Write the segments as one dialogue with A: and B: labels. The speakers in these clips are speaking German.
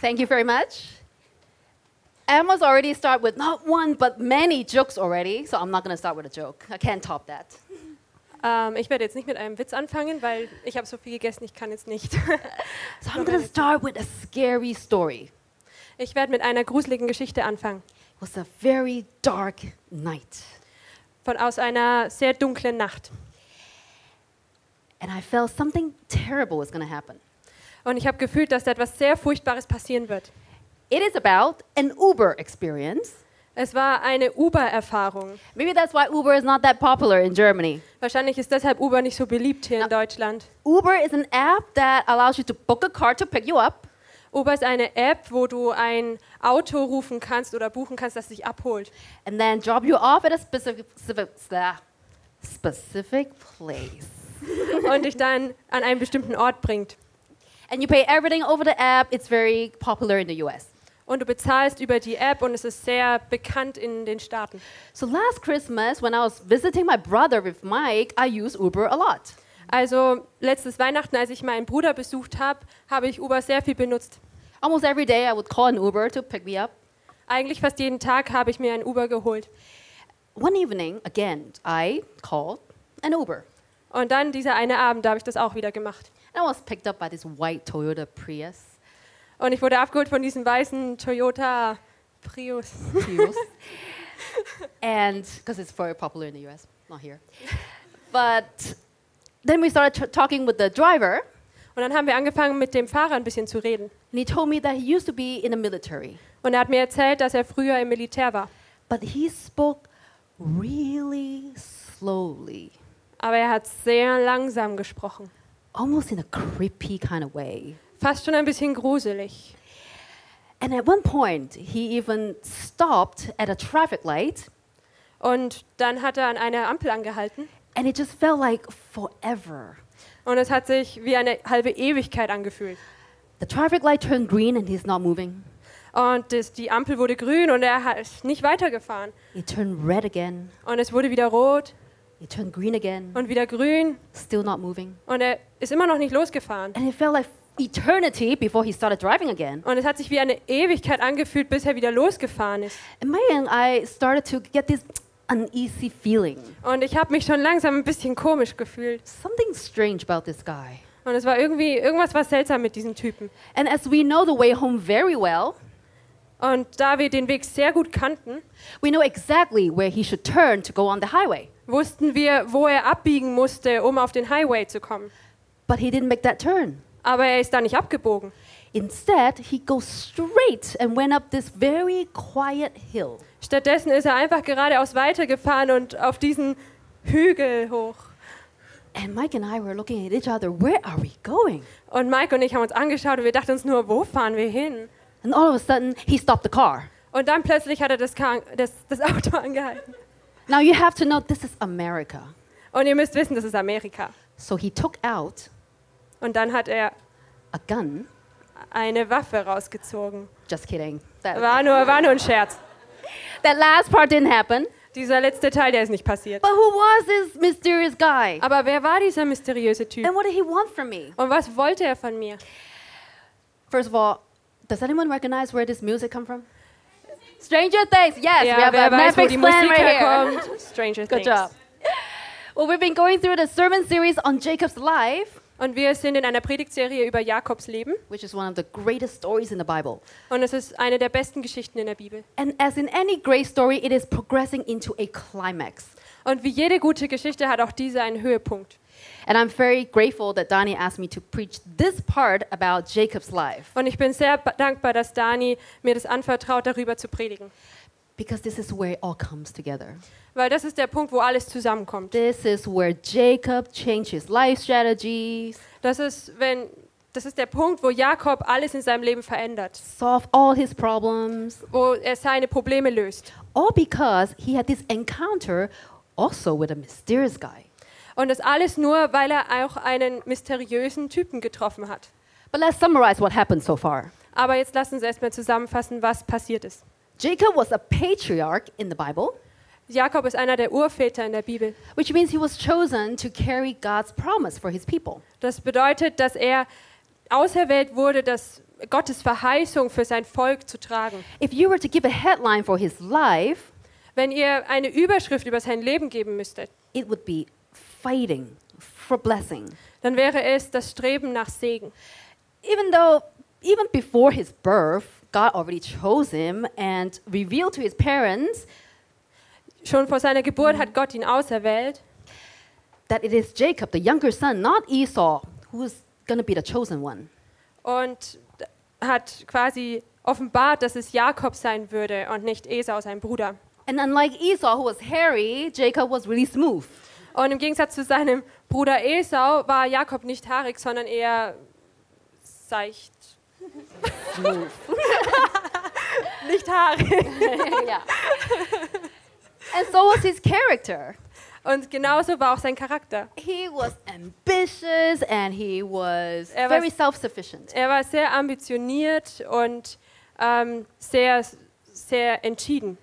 A: Thank you very much. Emma's already started with not one but many jokes already, so I'm not going to start with a joke. I can't top that.
B: Ähm, ich werde jetzt nicht mit einem Witz anfangen, weil ich habe so viel gegessen, ich kann jetzt nicht.
A: So I'm going to start with a scary story.
B: Ich werde mit einer gruseligen Geschichte anfangen.
A: It was a very dark night,
B: Von aus einer sehr dunklen Nacht.
A: and I felt something terrible was going to happen.
B: Und ich habe gefühlt, dass da etwas sehr Furchtbares passieren wird.
A: It is about an Uber experience.
B: Es war eine Uber-Erfahrung.
A: Maybe that's why Uber is not that popular in Germany.
B: Wahrscheinlich ist deshalb Uber nicht so beliebt hier in
A: Na-
B: Deutschland.
A: Uber is an app that allows you to book a car to pick you up,
B: Uber ist eine App, wo du ein Auto rufen kannst oder buchen kannst, das dich abholt.
A: and then drop you off at a specific specific, blah, specific place.
B: und dich dann an einen bestimmten Ort bringt.
A: And you pay everything over the app. It's very popular in the US.
B: Und du bezahlst über die App und es ist sehr bekannt in den Staaten.
A: So last Christmas, when I was visiting my brother with Mike, I used Uber a lot.
B: Also letztes Weihnachten, als ich meinen Bruder besucht habe, habe ich Uber sehr viel benutzt.
A: Almost every day, I would call an Uber to pick me up.
B: Eigentlich fast jeden Tag habe ich mir ein Uber geholt.
A: One evening, again, I called an Uber.
B: Und dann dieser eine Abend, da habe ich das auch wieder gemacht.
A: And I was picked up by this white Toyota Prius.
B: Und ich wurde abgeholt von diesem weißen Toyota Prius.
A: Prius. and because it's very popular in the US, not here. But then we started t- talking with the driver,
B: Und dann haben wir angefangen, mit dem Fahrer ein bisschen zu reden.
A: and he told me that he used to be in the military.
B: Und er hat mir erzählt, dass er früher im Militär war.
A: But he spoke really slowly,
B: Aber er hat sehr langsam gesprochen.
A: almost in a creepy kind of way.
B: Fast schon ein bisschen gruselig.
A: And at one point, he even stopped at a traffic light,
B: Und dann hat er an einer Ampel angehalten
A: and it just felt like forever.
B: und es hat sich wie eine halbe Ewigkeit angefühlt.
A: The traffic light turned green, and he's not moving.
B: Und das, die Ampel wurde grün und er hat- ist nicht weitergefahren.
A: It turned red again.
B: Und es wurde wieder rot
A: It turned green again.
B: und wieder grün
A: Still not moving.
B: und er ist immer noch nicht losgefahren.
A: And it felt like eternity before he started driving again.
B: Und es hat sich wie eine Ewigkeit angefühlt, bis er wieder losgefahren ist.
A: And Maya and I started to get this uneasy feeling.
B: Und ich habe mich schon langsam ein bisschen komisch gefühlt.
A: Something strange about this guy.
B: Und es war irgendwie, irgendwas war seltsam mit diesem Typen.
A: And as we know the way home very well,
B: Und da wir den Weg sehr gut kannten,
A: we know exactly where he should turn to go on the highway.
B: wussten wir, wo er abbiegen musste, um auf den Highway zu kommen.
A: But he didn't make that turn.
B: Aber er ist da nicht abgebogen.
A: Instead, he goes straight and went up this very quiet hill.
B: Stattdessen ist er einfach geradeaus weitergefahren und auf diesen Hügel hoch.
A: And Mike and I were looking at each other, where are we going?
B: Und Mike und ich haben uns angeschaut und wir dachten uns nur, wo fahren wir hin?
A: And all of a sudden, he stopped the car.
B: Und dann plötzlich hat er das, Kar das, das Auto angehalten.
A: Now you have to know this is America.
B: Und ihr müsst wissen, das ist Amerika.
A: So he took out
B: Und dann hat er
A: a gun.
B: eine Waffe rausgezogen.
A: Just kidding. That,
B: War nur, war nur ein Scherz.
A: that last part didn't happen.
B: Dieser letzte Teil, der ist nicht passiert.
A: But who was this mysterious guy?
B: Aber wer war dieser mysteriöse Typ?
A: And what did he want from me?
B: Und was wollte er von mir?
A: First of all, does anyone recognize where this music come from? Stranger Things. Yes, we
B: ja,
A: have
B: wer
A: a
B: weiß, wo die
A: Netflix plan
B: Musik
A: right here.
B: herkommt? Stranger
A: Good
B: Things.
A: job. Well, we've been going through the sermon series on Jacob's life,
B: Und wir sind in einer Predigtserie über Jakobs Leben.
A: which is one of the greatest stories in the Bible.
B: Und es ist eine der besten Geschichten in der Bibel.
A: And as in any great story, it is progressing into a climax.
B: Und wie jede gute Geschichte hat auch diese einen Höhepunkt.
A: And I'm very grateful that Donnie asked me to preach this part about Jacob's life
B: Und ich bin sehr ba- dankbar, dass Dani mir das anvertraut, darüber zu predigen.
A: because this is where it all comes together.
B: Weil das ist der Punkt, wo alles zusammenkommt.
A: This is where Jacob changed his life strategies,
B: Das ist, wenn, das ist der Punkt, wo Jakob alles in seinem Leben verändert.
A: solved all his problems,
B: Wo er seine Probleme löst.
A: all because he had this encounter also with a mysterious guy.
B: Und das alles nur, weil er auch einen mysteriösen Typen getroffen hat.
A: But let's summarize what happened so far.
B: Aber jetzt lass uns erstmal zusammenfassen, was passiert ist.
A: Jacob was a patriarch in the Bible,
B: Jakob ist einer der Urväter in der Bibel.
A: which means he was chosen to carry God's promise for his people.
B: Das bedeutet, dass er auserwählt wurde, das Gottes Verheißung für sein Volk zu tragen.
A: If you were to give a headline for his life,
B: Wenn ihr eine Überschrift über sein Leben geben müsstet,
A: it would be fighting for blessing.
B: dann wäre es das Streben nach Segen.
A: Even though, even before his birth, God already chose him and revealed to his parents
B: Schon vor seiner Geburt hat Gott ihn auserwählt,
A: that it is Jacob, the younger son, not Esau, who is going to be the chosen one.
B: und d- hat quasi offenbart, dass es Jakob sein würde und nicht Esau, sein Bruder.
A: And unlike Esau, who was hairy, Jacob was really smooth.
B: Und im Gegensatz zu seinem Bruder Esau war Jakob nicht haarig, sondern eher seicht.
A: Smooth.
B: Nicht haarig.
A: yeah. And so was his character.
B: Und genauso war auch sein Charakter.
A: He was ambitious and he was
B: Er was-
A: very self sufficient.
B: Er war sehr ambitioniert und ähm, sehr, sehr entschieden.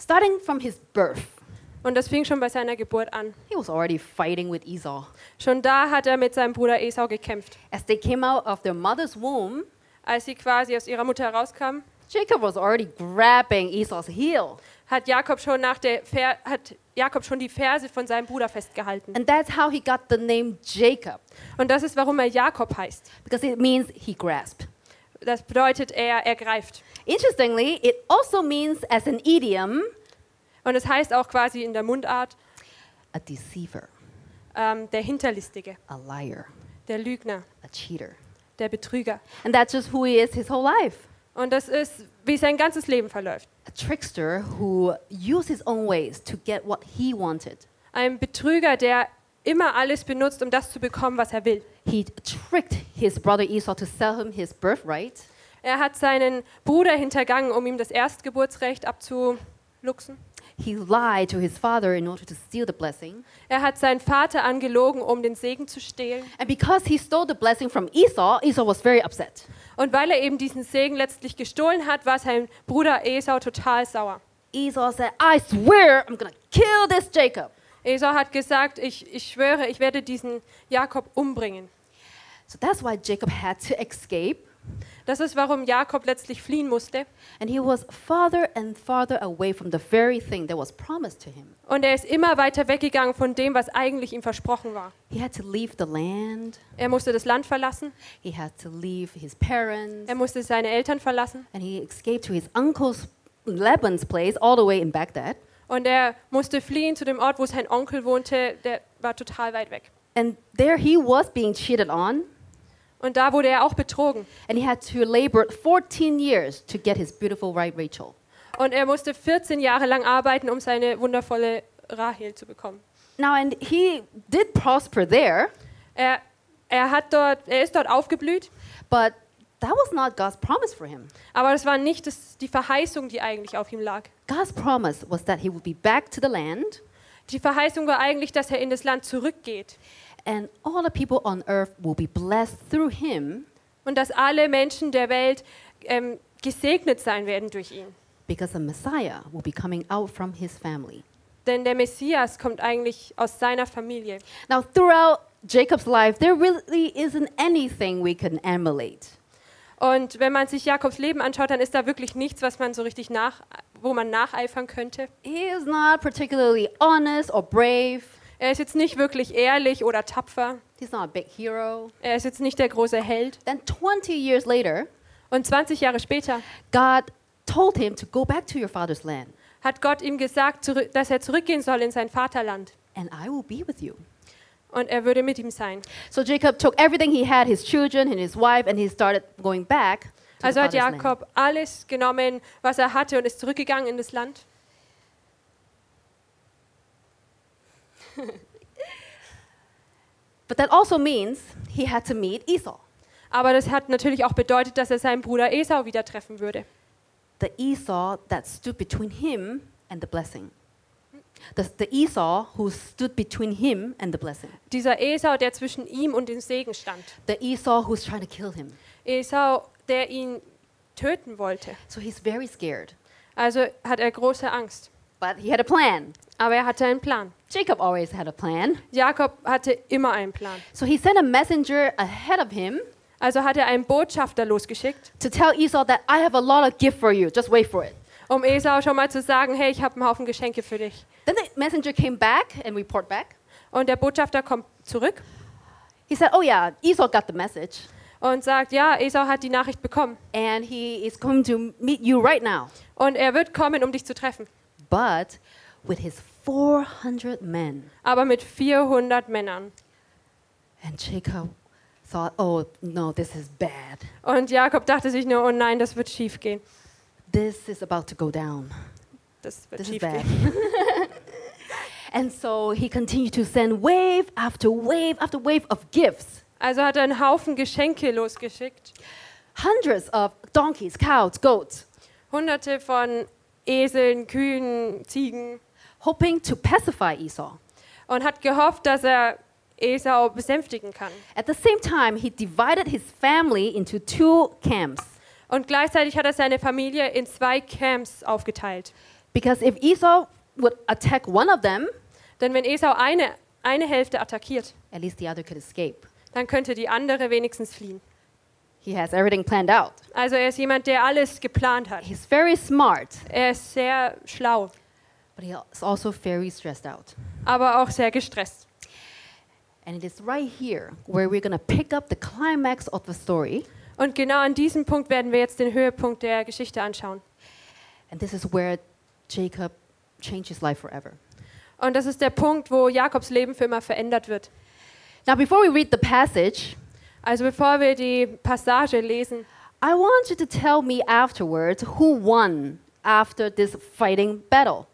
A: Starting from his birth,
B: Und das fing schon bei seiner Geburt an.
A: he was already fighting with Esau.
B: Schon da hat er mit seinem Bruder Esau gekämpft.
A: As they came out of their mother's womb,
B: Als sie quasi aus ihrer Mutter herauskamen,
A: Jacob was already grabbing Esau's heel.
B: hat Jakob schon, nach der Fer hat Jakob schon die Ferse von seinem Bruder festgehalten.
A: And that's how he got the name Jacob,
B: Und das ist, warum er Jakob heißt.
A: because it means he grasped.
B: Das bedeutet, er ergreift.
A: Interestingly, it also means, as an idiom,
B: Und es heißt auch quasi in der Mundart,
A: a deceiver,
B: ähm, der Hinterlistige,
A: a liar,
B: der Lügner,
A: a cheater.
B: der Betrüger.
A: And that's just who he is his whole life
B: Und das ist, wie sein ganzes Leben verläuft.
A: a trickster who used his own ways to get what he wanted.
B: Ein Betrüger, der immer alles benutzt, um das zu bekommen, was er will.
A: He tricked his brother Esau to sell him his birthright.
B: Er hat seinen Bruder hintergangen, um ihm das Erstgeburtsrecht abzuluxen.
A: He lied to his father in order to steal the blessing.
B: Er hat seinen Vater angelogen, um den Segen zu stehlen.
A: And because he stole the blessing from Esau, Esau was very upset.
B: Und weil er eben diesen Segen letztlich gestohlen hat, war sein Bruder Esau total sauer.
A: Esau said, I swear I'm going to kill this Jacob.
B: Esau hat gesagt, ich, ich schwöre, ich werde diesen Jakob umbringen.
A: So that's why Jacob had to escape.
B: Das ist, warum Jakob letztlich fliehen musste.
A: And he was farther and farther away from the very thing that was promised to him.
B: Und er ist immer weiter weggegangen von dem, was eigentlich ihm versprochen war.
A: He had to leave the land,
B: Er musste das Land verlassen,
A: he had to leave his parents,
B: er musste seine Eltern verlassen
A: and he escaped to his uncle's Laban's place all the way in Baghdad.
B: und er musste fliehen zu dem Ort, wo sein Onkel wohnte. Der war total weit weg.
A: And there he was being cheated on,
B: Und da wurde er auch betrogen.
A: and he had to labor 14 years to get his beautiful wife Rachel.
B: Und er musste 14 Jahre lang arbeiten, um seine wundervolle Rahel zu bekommen.
A: Now, and he did prosper there,
B: Er, er, hat dort, er ist dort aufgeblüht,
A: but that was not God's promise for him.
B: aber das war nicht das, die Verheißung, die eigentlich auf ihm lag.
A: God's promise was that he would be back to the land,
B: Die Verheißung war eigentlich, dass er in das Land zurückgeht
A: and all the people on earth will be blessed through him
B: und dass alle Menschen der Welt ähm, gesegnet sein werden durch ihn.
A: because a Messiah will be coming out from his family.
B: Denn der Messias kommt eigentlich aus seiner Familie.
A: Now, throughout Jacob's life, there really isn't anything we can emulate.
B: Und wenn man sich Jakobs Leben anschaut, dann ist da wirklich nichts, was man so richtig nach, wo man nacheifern könnte.
A: He is not particularly honest or brave.
B: Er ist jetzt nicht wirklich ehrlich oder tapfer.
A: He's not a big hero.
B: Er ist jetzt nicht der große Held.
A: Then, 20 years later,
B: Und 20 Jahre später
A: God told him to go back to your father's land,
B: hat Gott ihm gesagt, zurück- dass er zurückgehen soll in sein Vaterland.
A: and I will be with you.
B: Und er würde mit ihm sein.
A: So Jacob took everything he had, his children and his wife, and he started going back. To
B: Also
A: the
B: hat
A: father's land.
B: Jakob alles genommen, was er hatte und ist zurückgegangen in das Land.
A: But that also means he had to meet Esau,
B: Aber das hat natürlich auch bedeutet, dass er seinen Bruder Esau wieder treffen würde.
A: the Esau that stood between him and the blessing. The, the Esau who stood between him and the blessing.
B: Dieser Esau, der zwischen ihm und dem Segen stand.
A: The Esau who's trying to kill him.
B: Esau, der ihn töten wollte.
A: So he's very scared.
B: Also hat er große Angst.
A: But he had a plan.
B: Aber er hatte einen Plan.
A: Jacob always had a plan.
B: Jakob hatte immer einen Plan.
A: So he sent a messenger ahead of him
B: Also hat er einen Botschafter losgeschickt,
A: to tell Esau that I have a lot of gift for you. Just wait for it.
B: um Esau schon mal zu sagen, hey, ich habe einen Haufen Geschenke für dich.
A: Then the messenger came back and report back.
B: Und der Botschafter kommt zurück
A: He said, "Oh yeah, Esau got the message,
B: und sagt, ja, Esau hat die Nachricht bekommen
A: and he is coming to meet you right now,
B: und er wird kommen, um dich zu treffen,
A: but with his 400 men."
B: aber mit 400 Männern.
A: And Jacob thought, "Oh no, this is bad.
B: Und Jakob dachte sich nur, oh nein, das wird schief gehen.
A: This is about to go down.
B: Das wird
A: This is
B: schief
A: bad."
B: gehen.
A: and so he continued to send wave after wave after wave of gifts,
B: Also hat er einen Haufen Geschenke losgeschickt,
A: hundreds of donkeys, cows, goats,
B: hunderte von Eseln, Kühen, Ziegen
A: hoping to pacify Esau.
B: und hat gehofft, dass er Esau besänftigen kann.
A: At the same time, he divided his family into two camps.
B: Und gleichzeitig hat er seine Familie in zwei Camps aufgeteilt.
A: Because if Esau would attack one of them,
B: Denn wenn Esau eine, eine Hälfte attackiert,
A: at least the other could escape.
B: dann könnte die andere wenigstens fliehen.
A: He has everything planned out.
B: Also er ist jemand, der alles geplant hat.
A: He's very smart,
B: Er ist sehr schlau,
A: but he's also very stressed out.
B: aber auch sehr gestresst.
A: And it is right here where we're going to pick up the climax of the story.
B: Und genau an diesem Punkt werden wir jetzt den Höhepunkt der Geschichte anschauen.
A: And this is where Jacob changed his life forever.
B: Und das ist der Punkt, wo Jakobs Leben für immer verändert wird.
A: Now, before we read the passage,
B: Also bevor wir die Passage lesen,
A: I want you to tell me afterwards who won after this fighting battle.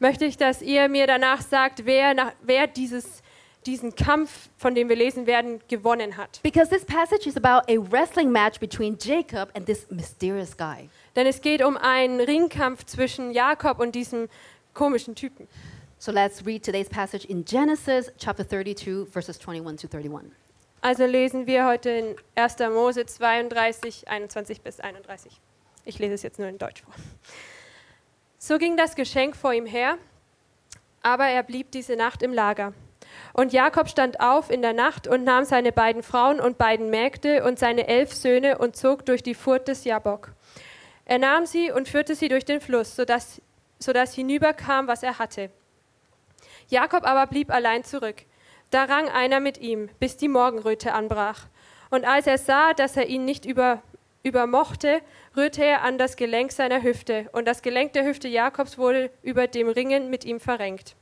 B: möchte ich, dass ihr mir danach sagt, wer, nach, wer dieses, diesen Kampf, von dem wir lesen werden, gewonnen hat.
A: Because this passage is about a wrestling match between Jacob and this mysterious guy.
B: Denn es geht um einen Ringkampf zwischen Jakob und diesem komischen Typen.
A: So let's read today's passage in Genesis chapter 32, verses 21 to 31.
B: Also lesen wir heute in 1. Mose 32, 21 bis 31. Ich lese es jetzt nur in Deutsch vor. So ging das Geschenk vor ihm her, aber er blieb diese Nacht im Lager. Und Jakob stand auf in der Nacht und nahm seine beiden Frauen und beiden Mägde und seine elf Söhne und zog durch die Furt des Jabok. Er nahm sie und führte sie durch den Fluss, sodass, sodass hinüberkam, was er hatte. Jakob aber blieb allein zurück. Da rang einer mit ihm, bis die Morgenröte anbrach. Und als er sah, dass er ihn nicht über, übermochte, rührte er an das Gelenk seiner Hüfte. Und das Gelenk der Hüfte Jakobs wurde über dem Ringen mit ihm verrenkt.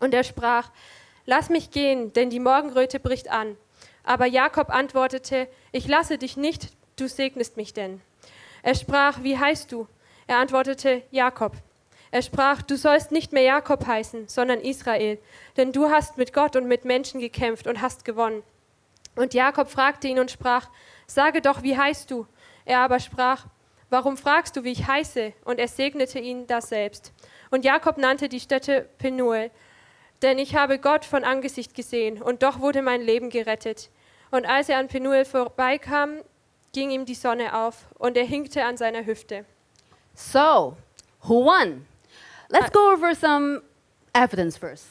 B: Und er sprach, Lass mich gehen, denn die Morgenröte bricht an. Aber Jakob antwortete, Ich lasse dich nicht, du segnest mich denn. Er sprach, Wie heißt du? Er antwortete, Jakob. Er sprach, du sollst nicht mehr Jakob heißen, sondern Israel, denn du hast mit Gott und mit Menschen gekämpft und hast gewonnen. Und Jakob fragte ihn und sprach, sage doch, wie heißt du? Er aber sprach, warum fragst du, wie ich heiße? Und er segnete ihn daselbst. Und Jakob nannte die Stätte Penuel, denn ich habe Gott von Angesicht gesehen, und doch wurde mein Leben gerettet. Und als er an Penuel vorbeikam, ging ihm die Sonne auf, und er hinkte an seiner Hüfte.
A: So, who won? Let's go over some evidence first.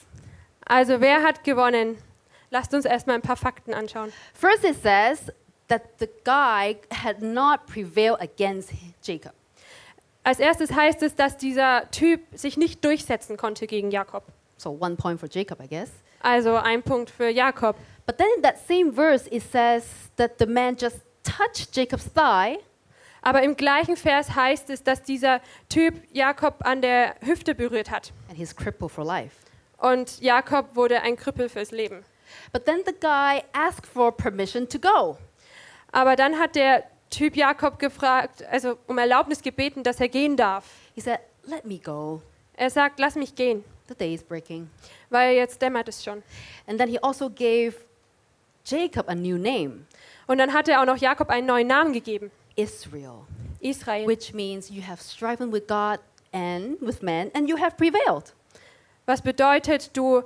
B: Also wer hat gewonnen? Lasst uns erstmal ein paar Fakten anschauen.
A: First, it says that the guy had not prevailed against Jacob.
B: Als erstes heißt es, dass dieser Typ sich nicht durchsetzen konnte gegen Jakob.
A: So, one point for Jacob, I guess.
B: Also ein Punkt für Jakob.
A: But then in that same verse, it says that the man just touched Jacob's thigh
B: Aber im gleichen Vers heißt es, dass dieser Typ Jakob an der Hüfte berührt hat.
A: and he's crippled for life.
B: Und Jakob wurde ein Krüppel fürs Leben.
A: But then the guy asked for permission to go.
B: Aber dann hat der Typ Jakob gefragt, also um Erlaubnis gebeten, dass er gehen darf.
A: He said, Let me go.
B: Er sagt, lass mich gehen,
A: The day is breaking.
B: weil jetzt dämmert es schon.
A: And then he also gave Jacob a new name,
B: Und dann hat er auch noch Jakob einen neuen Namen gegeben,
A: Israel,
B: Israel.
A: which means you have striven with God and with man, and you have prevailed.
B: Was bedeutet, du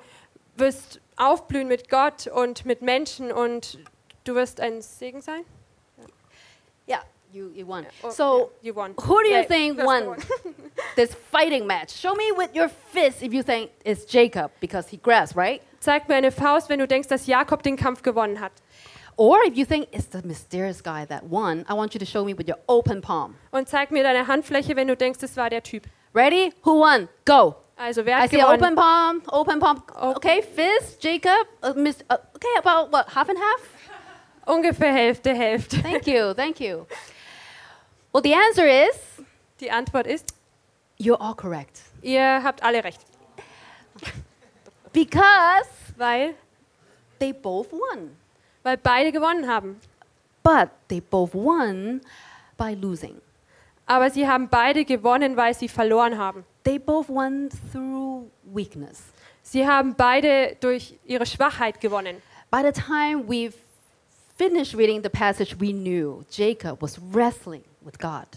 B: wirst aufblühen mit Gott und mit Menschen und du wirst ein Segen sein?
A: Yeah, you, you won.
B: Oh,
A: so,
B: yeah, you won.
A: who do you
B: Yeah,
A: think
B: that's
A: won
B: the
A: this fighting match? Show me with your fist if you think it's Jacob because he grabs, right?
B: Zeig mir eine Faust, wenn du denkst, dass Jakob den Kampf gewonnen hat.
A: Or if you think it's the mysterious guy that won, I want you to show me with your open palm.
B: Und zeig mir deine Handfläche, wenn du denkst, es war der Typ.
A: Ready? Who won? Go.
B: Also wer
A: I
B: hat
A: see open
B: gewonnen?
A: palm, open palm.
B: Open.
A: Okay, Fizz, Jacob, uh, Miss, uh, okay, about what, half and half?
B: Ungefähr Hälfte, Hälfte.
A: Thank you, thank you. Well, the answer is
B: Die Antwort ist,
A: you're all correct.
B: ihr habt alle recht,
A: Because
B: weil,
A: they both won.
B: weil beide gewonnen haben.
A: But they both won by losing.
B: Aber sie haben beide gewonnen, weil sie verloren haben.
A: They both won through weakness.
B: Sie haben beide durch ihre Schwachheit gewonnen.
A: By the time we finished reading the passage, we knew Jacob was wrestling with God.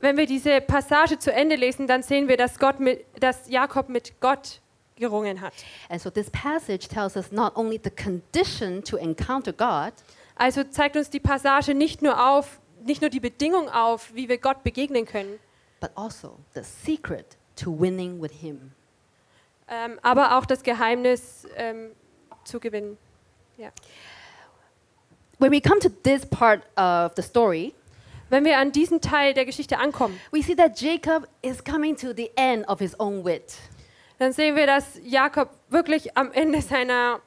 B: Wenn wir diese Passage zu Ende lesen, dann sehen wir, dass, Gott mit, dass Jakob mit Gott gerungen hat.
A: And so this passage tells us not only the condition to encounter God,
B: Also zeigt uns die Passage nicht nur auf, nicht nur die Bedingung auf, wie wir Gott begegnen können,
A: but also the secret to winning with Him.
B: ähm, aber auch das Geheimnis ähm, zu gewinnen.
A: When we come to this part of the story,
B: Wenn wir an diesen Teil der Geschichte ankommen,
A: we see that Jacob is coming to the end of his own wit.
B: dann sehen wir, dass Jakob wirklich am Ende seiner,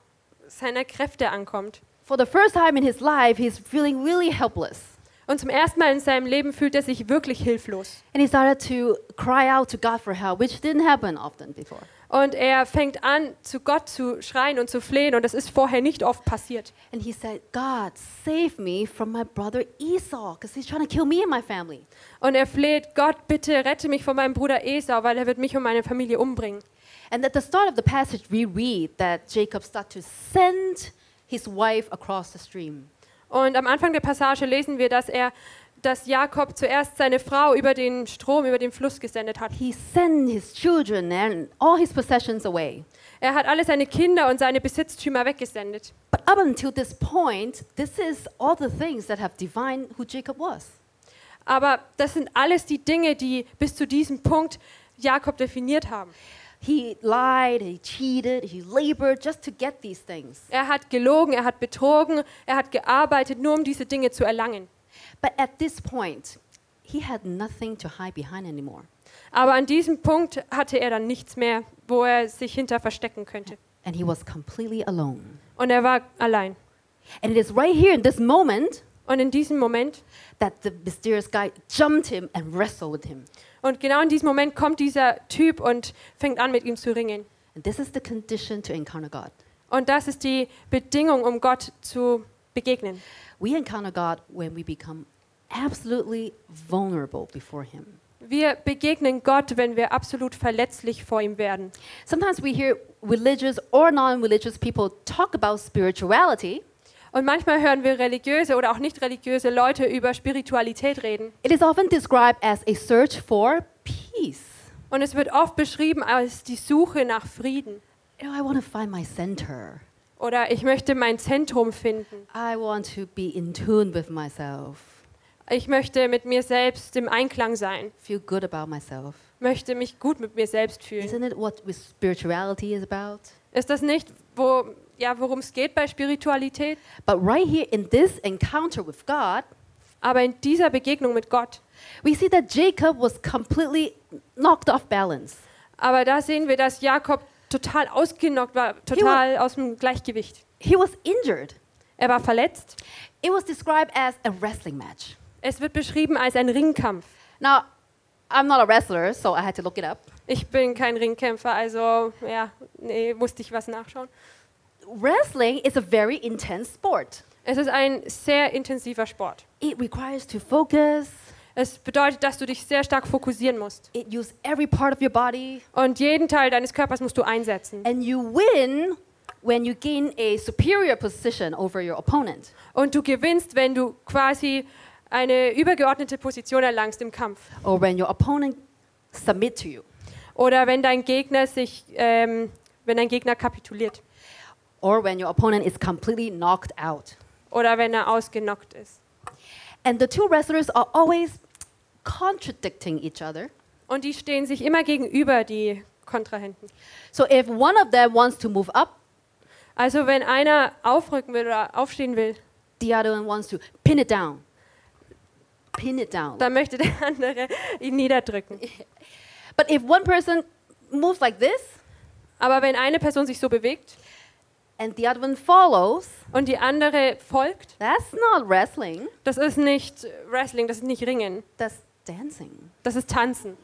B: seiner Kräfte ankommt.
A: For the first time in his life, he's feeling really helpless.
B: Und zum ersten Mal in seinem Leben fühlt er sich wirklich hilflos.
A: And he started to cry out to God for help, which didn't happen often before.
B: Und er fängt an, zu Gott zu schreien und zu flehen. Und das ist vorher nicht oft passiert.
A: And he said, God, save me from my brother Esau, because he's trying to kill me and my family.
B: Und er fleht, Gott, bitte rette mich von meinem Bruder Esau, weil er wird mich und meine Familie umbringen.
A: And at the start of the passage, we read that Jacob started to send his wife across the stream.
B: Und am Anfang der Passage lesen wir, dass er, dass Jakob zuerst seine Frau über den Strom, über den Fluss gesendet hat.
A: He sent his children and all his possessions away.
B: Er hat alle seine Kinder und seine Besitztümer weggesendet.
A: But up until this point, this is all the things that have defined who Jacob was.
B: Aber das sind alles die Dinge, die bis zu diesem Punkt Jakob definiert haben.
A: He lied, he cheated, he labored just to get these things.
B: Er hat gelogen, er hat betrogen, er hat gearbeitet, nur um diese Dinge zu erlangen.
A: But at this point, he had nothing to hide behind anymore.
B: Aber an diesem Punkt hatte er dann nichts mehr, wo er sich hinter verstecken könnte.
A: And he was completely alone.
B: Und er war allein.
A: And it is right here in this moment
B: Und in diesem Moment,
A: that the mysterious guy jumped him and wrestled with him.
B: und genau in diesem Moment kommt dieser Typ und fängt an, mit ihm zu ringen.
A: And this is the condition to encounter God.
B: Und das ist die Bedingung, um Gott zu begegnen.
A: We encounter God when we become absolutely vulnerable before him.
B: Wir begegnen Gott, wenn wir absolut verletzlich vor ihm werden.
A: Sometimes we hear religious or non-religious people talk about spirituality.
B: Und manchmal hören wir religiöse oder auch nicht religiöse Leute über Spiritualität reden.
A: It is often described as a search for peace.
B: Und es wird oft beschrieben als die Suche nach Frieden.
A: You know, I want to find my center.
B: Oder ich möchte mein Zentrum finden.
A: I want to be in tune with myself,
B: Ich möchte mit mir selbst im Einklang sein.
A: feel good about myself.
B: Möchte mich gut mit mir selbst fühlen.
A: Isn't it what with spirituality is about?
B: Ist das nicht, wo, ja, worum es geht bei Spiritualität?
A: But right here in this encounter with God,
B: Aber in dieser Begegnung mit Gott.
A: we see that Jacob was completely knocked off balance.
B: Aber da sehen wir, dass Jakob total ausgenockt war, total aus dem Gleichgewicht.
A: He was injured.
B: Er war verletzt.
A: It was described as a wrestling match.
B: Es wird beschrieben als ein Ringkampf.
A: Now, I'm not a wrestler, so I had to look it up.
B: Ich bin kein Ringkämpfer, also ja, nee, musste ich was nachschauen.
A: Wrestling is a very intense sport.
B: Es ist ein sehr intensiver Sport.
A: It requires to focus.
B: Es bedeutet, dass du dich sehr stark fokussieren musst.
A: It uses every part of your body,
B: Und jeden Teil deines Körpers musst du einsetzen.
A: and you win when you gain a superior position over your opponent.
B: Und du gewinnst, wenn du quasi eine übergeordnete Position erlangst im Kampf.
A: or when your opponent submit to you,
B: Oder wenn dein Gegner sich, ähm, wenn dein Gegner kapituliert.
A: or when your opponent is completely knocked out.
B: Oder wenn er ausgenockt ist.
A: And the two wrestlers are always contradicting each other.
B: Und die stehen sich immer gegenüber, die Kontrahenten.
A: So if one of them wants to move up,
B: Also wenn einer aufrücken will oder aufstehen will,
A: The other one wants to pin it down. Pin it down.
B: Dann möchte der andere ihn niederdrücken.
A: But if one person moves like this
B: Aber wenn eine Person sich so bewegt
A: and the other one follows,
B: und die andere folgt,
A: that's not wrestling,
B: das ist nicht Wrestling, das ist nicht Ringen,
A: that's dancing.
B: das ist Tanzen.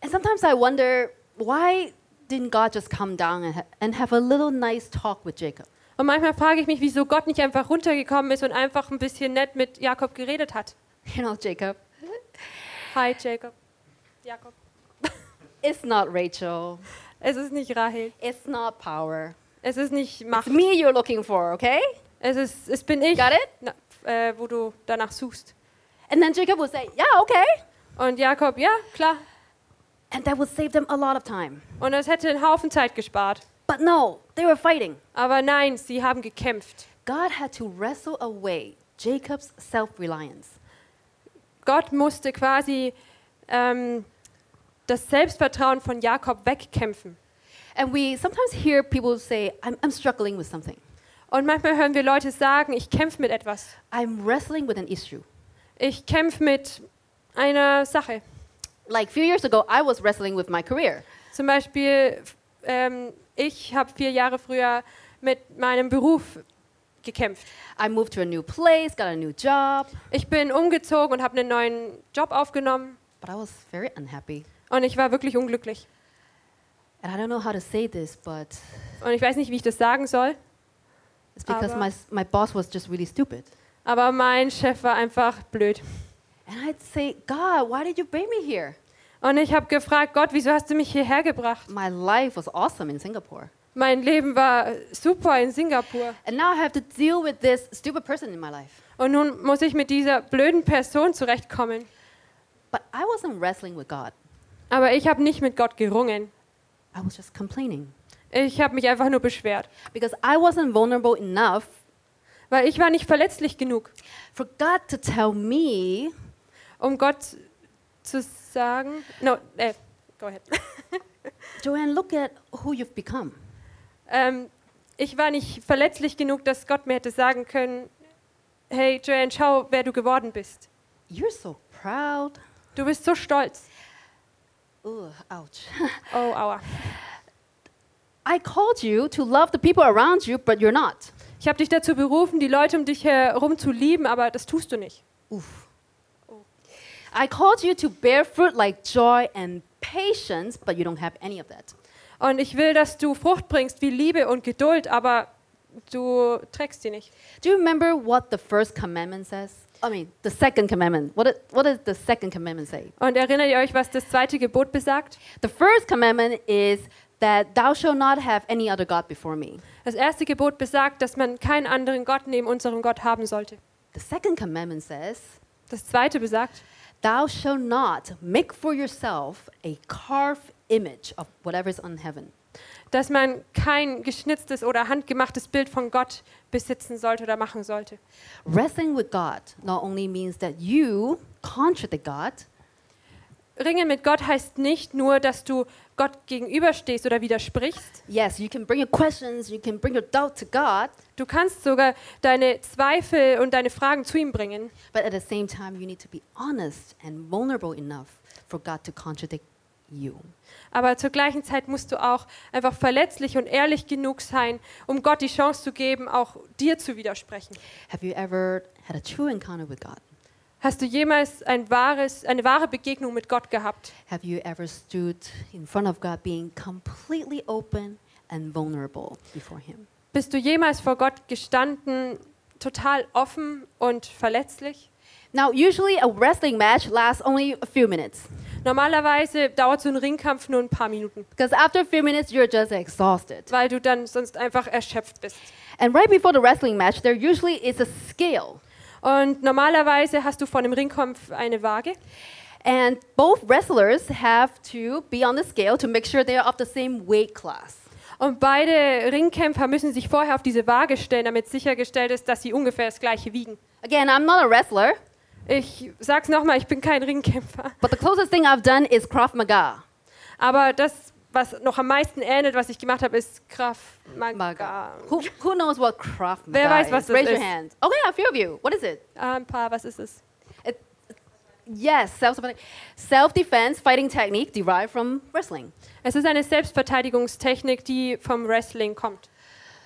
A: And sometimes I wonder why didn't God just come down and, ha- and have a little nice talk with Jacob?
B: Und manchmal frage ich mich, wieso Gott nicht einfach runtergekommen ist und einfach ein bisschen nett mit Jakob geredet hat.
A: You know, Jacob,
B: Hi, Jacob. Jakob.
A: it's not Rachel,
B: Es ist nicht Rahel.
A: it's not power.
B: Es ist nicht
A: It's
B: Macht.
A: me you're looking for, okay?
B: Es, ist, es bin ich,
A: Got it?
B: na, äh, wo du danach suchst.
A: And then Jacob would say, Yeah, okay.
B: Und Jakob, ja, klar.
A: And that would save them a lot of time.
B: Und das hätte einen Haufen Zeit gespart.
A: But no, they were fighting.
B: Aber nein, sie haben gekämpft.
A: God had to wrestle away Jacob's self reliance.
B: Gott musste quasi ähm, das Selbstvertrauen von Jakob wegkämpfen.
A: And we sometimes hear people say, I'm, I'm struggling with something,
B: Und manchmal hören wir Leute sagen, ich kämpfe mit etwas.
A: I'm wrestling with an issue.
B: Ich kämpfe mit einer Sache.
A: Like a few years ago, I was wrestling with my career.
B: Zum Beispiel, f- ähm, ich habe vier Jahre früher mit meinem Beruf gekämpft.
A: I moved to a new place, got a new job,
B: Ich bin umgezogen und habe einen neuen Job aufgenommen
A: but I was very unhappy.
B: und ich war wirklich unglücklich.
A: And I don't know how to say this, but
B: Und ich weiß nicht, wie ich das sagen soll,
A: it's because
B: Aber-
A: my, s- my boss was just really stupid.
B: aber mein Chef war einfach blöd.
A: And I'd say, God, why did you bring me here?
B: Und ich habe gefragt, Gott, wieso hast du mich hierher gebracht?
A: My life was awesome in Singapore.
B: Mein Leben war super in Singapur.
A: And now I have to deal with this stupid person in my life.
B: Und nun muss ich mit dieser blöden Person zurechtkommen.
A: But I wasn't wrestling with God.
B: Aber ich habe nicht mit Gott gerungen.
A: I was just complaining
B: Ich habe mich einfach nur beschwert,
A: because I wasn't vulnerable enough
B: weil ich war nicht verletzlich genug,
A: for God to tell me
B: um Gott zu sagen. No, äh, go ahead.
A: Joanne, look at who you've become.
B: Ähm, ich war nicht verletzlich genug, dass Gott mir hätte sagen können: Hey, Joanne, schau, wer du geworden bist.
A: You're so proud.
B: Du bist so stolz.
A: Ugh, ouch.
B: Oh, aua.
A: I called you to love the people around you, but you're not.
B: Ich habe dich dazu berufen, die Leute um dich herum zu lieben, aber das tust du nicht.
A: Oof. I called you to bear fruit like joy and patience, but you don't have any of that.
B: Und ich will, dass du Frucht bringst wie Liebe und Geduld, aber du trägst sie nicht.
A: Do you remember what the first commandment says? I mean, the second commandment. What, it- what does the second commandment say?
B: Und erinnert ihr euch, was das zweite Gebot besagt?
A: The first commandment is that thou shalt not have any other God before me.
B: Das erste Gebot besagt, dass man keinen anderen Gott neben unserem Gott haben sollte.
A: The second commandment says,
B: Das zweite besagt,
A: thou shalt not make for yourself a carved image of whatever is on heaven.
B: dass man kein geschnitztes oder handgemachtes Bild von Gott besitzen sollte oder machen sollte.
A: Wrestling with God not only means that you contradict God,
B: Ringen mit Gott heißt nicht nur, dass du Gott gegenüberstehst oder widersprichst.
A: yes, you can bring your questions, you can bring your doubt to God,
B: Du kannst sogar deine Zweifel und deine Fragen zu ihm bringen.
A: but at the same time, you need to be honest and vulnerable enough for God to contradict you.
B: Aber zur gleichen Zeit musst du auch einfach verletzlich und ehrlich genug sein, um Gott die Chance zu geben, auch dir zu widersprechen.
A: Have you ever had a true encounter with God?
B: Hast du jemals ein wahres, eine wahre Begegnung mit Gott gehabt?
A: Have you ever stood in front of God being completely open and vulnerable before Him?
B: Bist du jemals vor Gott gestanden, total offen und verletzlich?
A: Now, usually a wrestling match lasts only a few minutes
B: Normalerweise dauert so ein Ringkampf nur ein paar Minuten,
A: because after a few minutes, you're just exhausted.
B: weil du dann sonst einfach erschöpft bist.
A: And right before the wrestling match, there usually is a scale,
B: Und normalerweise hast du vor einem Ringkampf eine Waage
A: and both wrestlers have to be on the scale to make sure they're of the same weight class.
B: und beide Ringkämpfer müssen sich vorher auf diese Waage stellen, damit sichergestellt ist, dass sie ungefähr das gleiche wiegen.
A: Again, I'm not a wrestler,
B: Ich sag's nochmal, ich bin kein Ringkämpfer,
A: but the closest thing I've done is Krav Maga.
B: aber das was noch am meisten ähnelt, was ich gemacht habe, ist Kraft Oh
A: Maga.
B: Maga.
A: Who, who knows what Krav Maga
B: Wer weiß, was
A: is?
B: das
A: Raise your
B: ist.
A: hand. Okay, a few of you. What is it?
B: Ah, ein paar, was ist es?
A: Yes, self self defense fighting technique derived from wrestling.
B: Es ist eine Selbstverteidigungstechnik, die vom Wrestling kommt.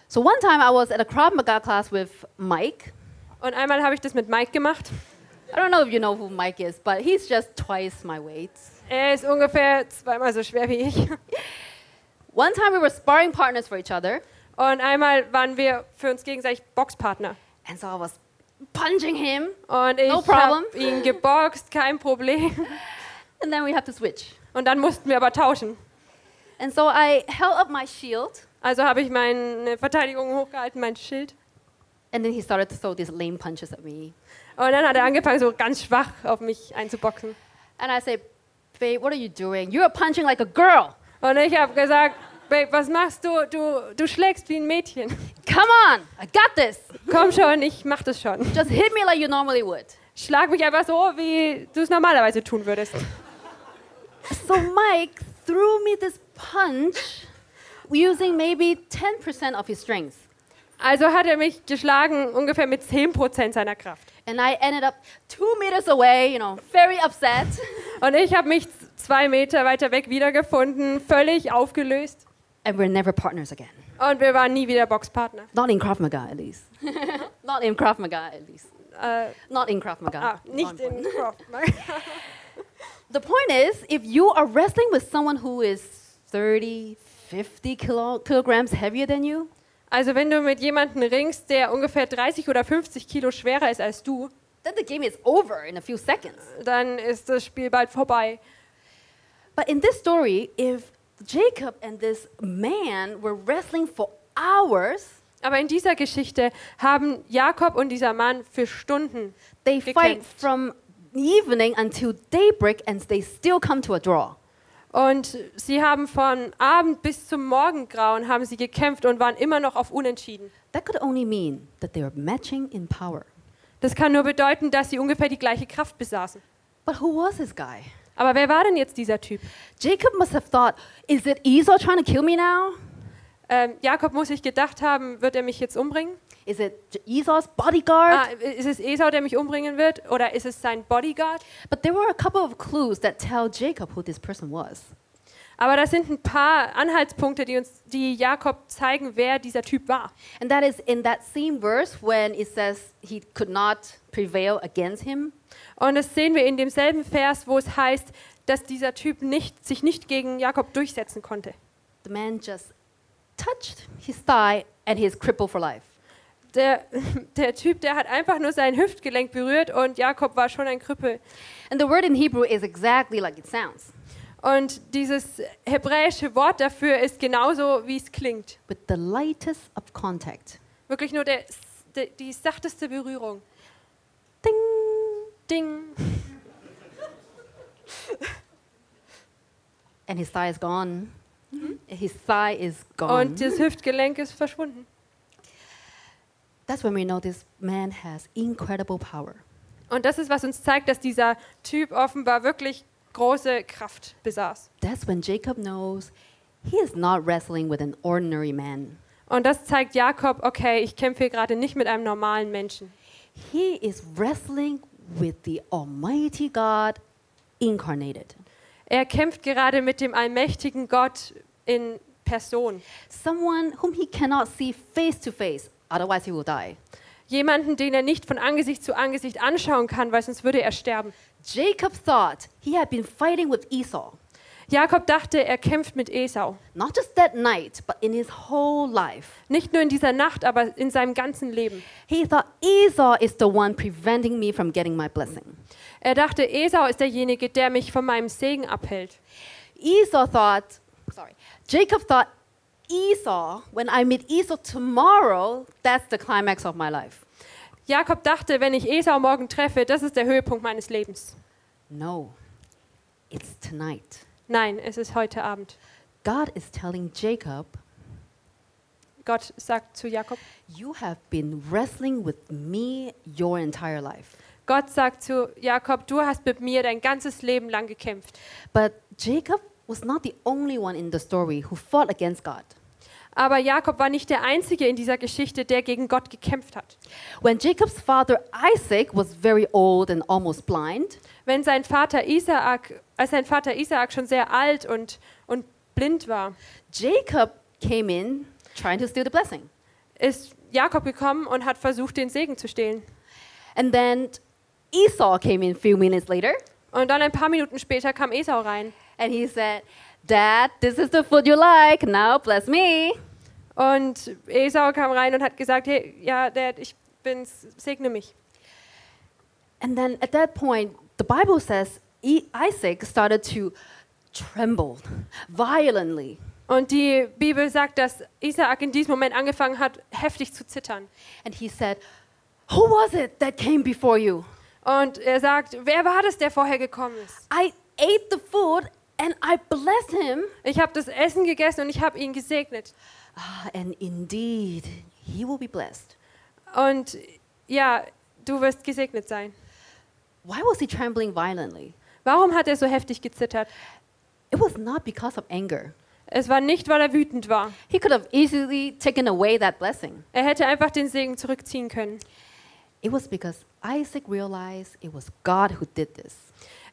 A: So one time I was at a Krav Maga class with Mike.
B: Und einmal habe ich das mit Mike gemacht.
A: I don't know if you know who Mike is, but he's just twice my weight.
B: Er ist ungefähr zweimal so schwer wie ich.
A: One time we were sparring partners for each other,
B: Und einmal waren wir für uns gegenseitig Boxpartner.
A: and so I was punching him,
B: Und ich
A: No problem.
B: habe ihn geboxt, kein Problem.
A: and then we have to switch.
B: Und dann mussten wir aber tauschen.
A: And so I held up my shield,
B: Also habe ich meine Verteidigung hochgehalten, mein Schild.
A: and then he started to throw these lame punches at me.
B: Und dann hat er angefangen, so ganz schwach auf mich einzuboxen.
A: And I said, Babe, what are you doing? You're punching like a girl.
B: Und ich habe gesagt, Babe, was machst du? Du, du schlägst wie ein Mädchen.
A: Come on, I got this.
B: Komm schon, ich mach das schon.
A: Just hit me like you normally would.
B: Schlag mich einfach so, wie du es normalerweise tun würdest.
A: So Mike threw me this punch using maybe 10% of his strength.
B: Also hat er mich geschlagen ungefähr mit 10% seiner Kraft.
A: And I ended up two meters away, you know, very upset.
B: Und ich habe mich z- zwei Meter weiter weg wiedergefunden, völlig aufgelöst.
A: And we're never partners again.
B: Und wir waren nie wieder Boxpartner.
A: Not in Krav Maga, at least. Not in Krav Maga, at least.
B: Äh,
A: Not in Krav Maga.
B: ah,
A: Not
B: nicht in
A: important.
B: Kraft.
A: The point is, if you are wrestling with someone who is 30, 50 kilo- kilograms heavier than you,
B: Also wenn du mit jemandem ringst, der ungefähr 30 oder 50 Kilo schwerer ist als du,
A: then the game is over in a few seconds.
B: dann ist das Spiel bald vorbei.
A: But in this story, if Jacob and this man were wrestling for hours,
B: Aber in dieser Geschichte haben Jakob und dieser Mann für Stunden
A: they fight
B: Gekämpft.
A: from evening until daybreak and they still come to a draw.
B: und sie haben von Abend bis zum Morgengrauen haben sie gekämpft und waren immer noch auf Unentschieden.
A: That could only mean that they were matching in power.
B: Das kann nur bedeuten, dass sie ungefähr die gleiche Kraft besaßen.
A: But who was this guy?
B: Aber wer war denn jetzt dieser Typ?
A: Jacob must have thought, is it Esau trying to kill me now?
B: Ähm, Jakob muss sich gedacht haben, wird er mich jetzt umbringen?
A: Is it J- Esau's bodyguard?
B: Ah, ist es Esau, der mich umbringen wird? Oder ist es sein Bodyguard?
A: but there were a couple of clues that tell Jacob who this person was.
B: Aber das sind ein paar Anhaltspunkte, die uns, die Jakob zeigen, wer dieser Typ war.
A: And that is in that same verse when it says he could not prevail against him.
B: Und das sehen wir in demselben Vers, wo es heißt, dass dieser Typ nicht, sich nicht gegen Jakob durchsetzen konnte.
A: The man just touched his thigh and he is crippled for life.
B: Der, der Typ, der hat einfach nur sein Hüftgelenk berührt und Jakob war schon ein Krüppel.
A: And the word in Hebrew is exactly like it sounds,
B: Und dieses hebräische Wort dafür ist genauso, wie es klingt.
A: with the lightest of contact.
B: Wirklich nur der, der, die sachteste Berührung.
A: Ding!
B: Ding.
A: And his thigh is gone. His thigh is gone.
B: Und das Hüftgelenk ist verschwunden.
A: That's when we know this man has incredible power.
B: Und das ist, was uns zeigt, dass dieser Typ offenbar wirklich große Kraft besaß.
A: That's when Jacob knows he is not wrestling with an ordinary man.
B: Und das zeigt Jakob, okay, ich kämpfe hier gerade nicht mit einem normalen Menschen.
A: He is wrestling with the Almighty God incarnated.
B: Er kämpft gerade mit dem allmächtigen Gott in Person.
A: Someone whom he cannot see face to face, otherwise he will die.
B: Jemanden, den er nicht von Angesicht zu Angesicht anschauen kann, weil sonst würde er sterben.
A: Jacob thought he had been fighting with Esau,
B: Jakob dachte, er kämpft mit Esau.
A: not just that night, but in his whole life.
B: Nicht nur in dieser Nacht, aber in seinem ganzen Leben.
A: He thought Esau is the one preventing me from getting my blessing.
B: Er dachte, Esau ist derjenige, der mich von meinem Segen abhält.
A: Esau thought, sorry, Jacob thought Esau, when I meet Esau tomorrow, that's the climax of my life.
B: Jakob dachte, wenn ich Esau morgen treffe, das ist der Höhepunkt meines Lebens.
A: No, it's tonight.
B: Nein, es ist heute Abend.
A: God is telling Jacob,
B: Gott sagt zu Jakob.
A: You have been wrestling with me your entire life.
B: Gott sagt zu Jakob, du hast mit mir dein ganzes Leben lang gekämpft.
A: But Jacob was not the only one in the story who fought against God.
B: Aber Jakob war nicht der Einzige in dieser Geschichte, der gegen Gott gekämpft hat.
A: When Jacob's father Isaac was very old and almost blind,
B: Wenn sein Vater Isaak, als sein Vater Isaak schon sehr alt und, und blind war,
A: Jacob came in trying to steal the blessing.
B: ist Jakob gekommen und hat versucht, den Segen zu stehlen.
A: And then Esau came in a few minutes later
B: Und dann ein paar Minuten später kam Esau rein
A: and he said, Dad, this is the food you like. Now bless me.
B: und Esau kam rein und hat gesagt, hey, ja, Dad, ich bin's, segne mich.
A: And then at that point, the Bible says E- Isaac started to tremble violently.
B: Und die Bibel sagt, dass Isaak in diesem Moment angefangen hat, heftig zu zittern.
A: And he said, Who was it that came before you?
B: Und er sagt, wer war das, der vorher gekommen ist?
A: I ate the food and I blessed him.
B: Ich habe das Essen gegessen und ich habe ihn gesegnet.
A: Ah, and indeed, he will be blessed.
B: Und ja, du wirst gesegnet sein.
A: Why was he trembling violently?
B: Warum hat er so heftig gezittert?
A: It was not because of anger.
B: Es war nicht, weil er wütend war.
A: He could have easily taken away that blessing.
B: Er hätte einfach den Segen zurückziehen können.
A: It was because Isaac realized it was God who did this.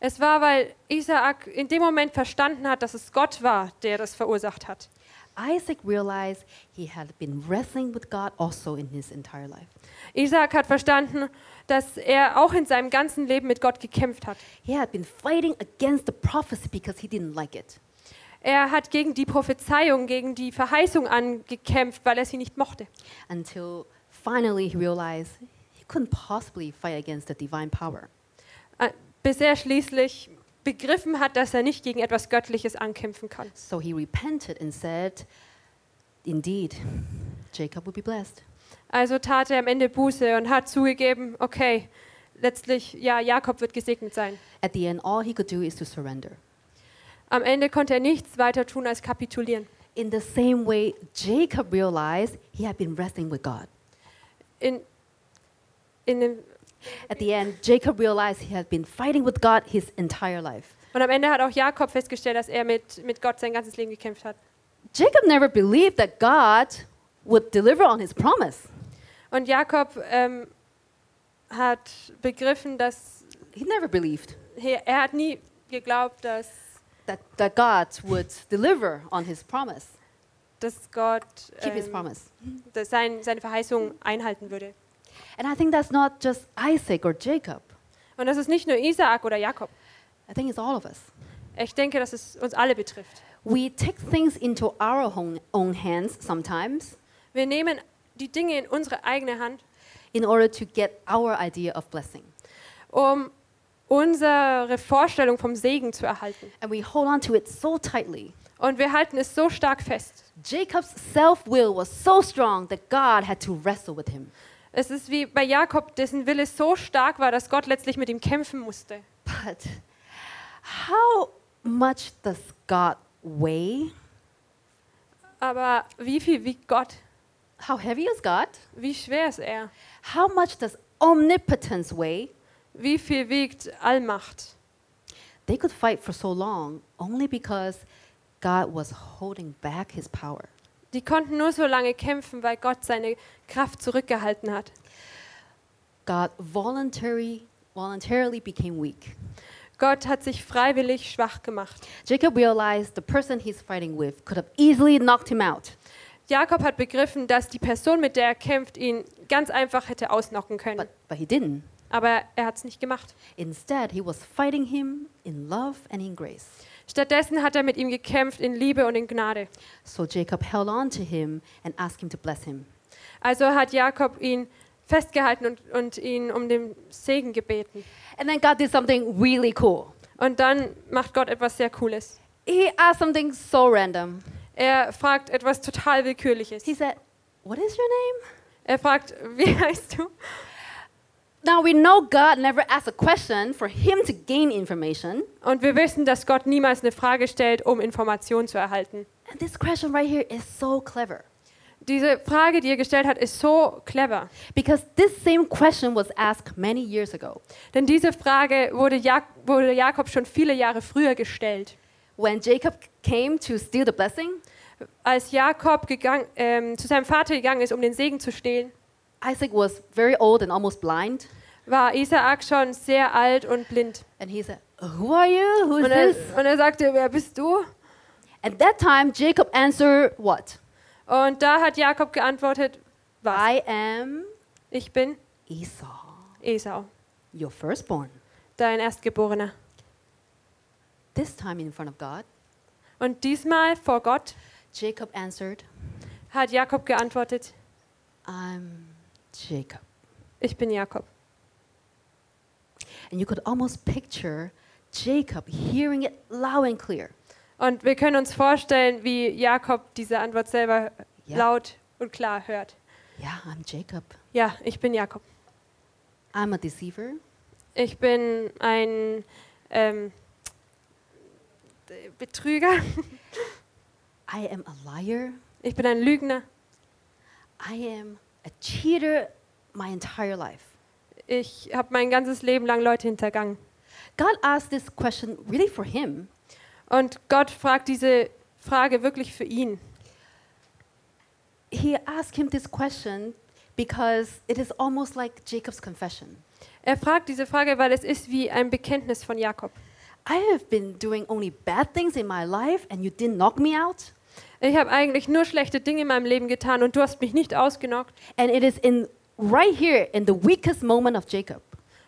B: Es war, weil Isaak in dem Moment verstanden hat, dass es Gott war, der das verursacht hat.
A: Isaac realized he had been wrestling with God also in his entire life.
B: Isaak hat verstanden, dass er auch in seinem ganzen Leben mit Gott gekämpft hat.
A: He had been fighting against the prophecy because he didn't like it.
B: Er hat gegen die Prophezeiung, gegen die Verheißung angekämpft, weil er sie nicht mochte.
A: Until finally he realized he couldn't possibly fight against the divine power.
B: Äh, Bis er schließlich begriffen hat, dass er nicht gegen etwas Göttliches ankämpfen kann.
A: So he repented and said, Indeed, Jacob will be blessed.
B: Also tat er am Ende Buße und hat zugegeben, okay, letztlich, ja, Jakob wird gesegnet sein.
A: At the end, all he could do is to surrender.
B: Am Ende konnte er nichts weiter tun als kapitulieren.
A: In the same way, Jacob realized he had been wrestling with God.
B: In, in dem,
A: At the end, Jacob realized he had been fighting with God his entire life.
B: und am Ende hat auch Jakob festgestellt, dass er mit, mit Gott sein ganzes Leben gekämpft hat.
A: Jacob never believed that God would deliver on his promise.
B: Und Jakob ähm, hat begriffen, dass
A: He never believed
B: er, er hat nie geglaubt, dass,
A: that, that God would deliver on his promise,
B: dass Gott
A: keep his
B: ähm,
A: promise.
B: dass sein, seine Verheißung einhalten würde.
A: And I think that's not just Isaac or Jacob.
B: Und das ist nicht nur Isaak oder Jakob.
A: I think it's all of us.
B: Ich denke, dass es uns alle betrifft.
A: We take things into our own, own hands sometimes
B: Wir nehmen die Dinge in unsere eigene Hand,
A: in order to get our idea of blessing.
B: um unsere Vorstellung vom Segen zu erhalten.
A: And we hold on to it so tightly.
B: Und wir halten es so stark fest.
A: Jacob's self will was so strong that God had to wrestle with him.
B: Es ist wie bei Jakob, dessen Wille so stark war, dass Gott letztlich mit ihm kämpfen musste.
A: But how much does God weigh?
B: Aber wie viel wiegt Gott?
A: How heavy is God?
B: Wie schwer ist er?
A: How much does omnipotence weigh?
B: Wie viel wiegt Allmacht?
A: They could fight for so long only because God was holding back his power.
B: Die konnten nur so lange kämpfen, weil Gott seine Kraft zurückgehalten hat.
A: God voluntarily voluntarily became weak.
B: Gott hat sich freiwillig schwach gemacht.
A: Jacob realized the person he's fighting with could have easily knocked him out.
B: Jakob hat begriffen, dass die Person, mit der er kämpft, ihn ganz einfach hätte ausnocken können.
A: But but he didn't.
B: Aber er hat es nicht gemacht.
A: Instead, he was fighting him in love and in grace.
B: Stattdessen hat er mit ihm gekämpft in Liebe und in Gnade.
A: So Jacob held on to him and asked him to bless him.
B: Also hat Jakob ihn festgehalten und, und ihn um den Segen gebeten.
A: And then God did something really cool.
B: Und dann macht Gott etwas sehr Cooles.
A: He asked something so random.
B: Er fragt etwas total Willkürliches.
A: He said, What is your name?
B: Er fragt, wie heißt du?
A: Now we know God never asks a question for him to gain information.
B: Und wir wissen, dass Gott niemals eine Frage stellt, um Informationen zu erhalten.
A: And this question right here is so clever
B: Diese Frage, die er gestellt hat, ist so clever.
A: because this same question was asked many years ago
B: Denn diese Frage wurde, Jak wurde Jakob schon viele Jahre früher gestellt.
A: when Jacob came to steal the blessing,
B: Als Jakob gegangen, ähm, zu seinem Vater gegangen ist, um den Segen zu stehlen,
A: Isaac was very old and almost blind.
B: war Isaak schon sehr alt und blind.
A: And he said, Who are you? Who is
B: Und er,
A: this?
B: und er sagte, wer bist du?
A: At that time, Jacob answered, What?
B: Und da hat Jakob geantwortet, was?
A: I am
B: Ich bin
A: Esau,
B: Esau,
A: your firstborn.
B: dein Erstgeborener.
A: This time in front of God,
B: Und diesmal vor Gott
A: Jacob answered,
B: hat Jakob geantwortet,
A: I'm Jacob.
B: ich bin Jakob.
A: And you could almost picture Jacob hearing it loud and clear.
B: Und wir können uns vorstellen, wie Jakob diese Antwort selber
A: Ja.
B: laut und klar hört.
A: Yeah, I'm Jacob.
B: Ja, ich bin Jakob.
A: I'm a deceiver.
B: Ich bin ein ähm, Betrüger.
A: I am a liar.
B: Ich bin ein Lügner.
A: I am a cheater my entire life.
B: Ich habe mein ganzes Leben lang Leute hintergangen.
A: God asked this question really for him.
B: Und Gott fragt diese Frage wirklich für ihn.
A: He asked him this question because it is almost like Jacob's confession.
B: Er fragt diese Frage, weil es ist wie ein Bekenntnis von Jakob.
A: I have been doing only bad things in my life and you didn't knock me out.
B: Ich habe eigentlich nur schlechte Dinge in meinem Leben getan und du hast mich nicht ausgenockt.
A: And it is in right here in the weakest moment of Jacob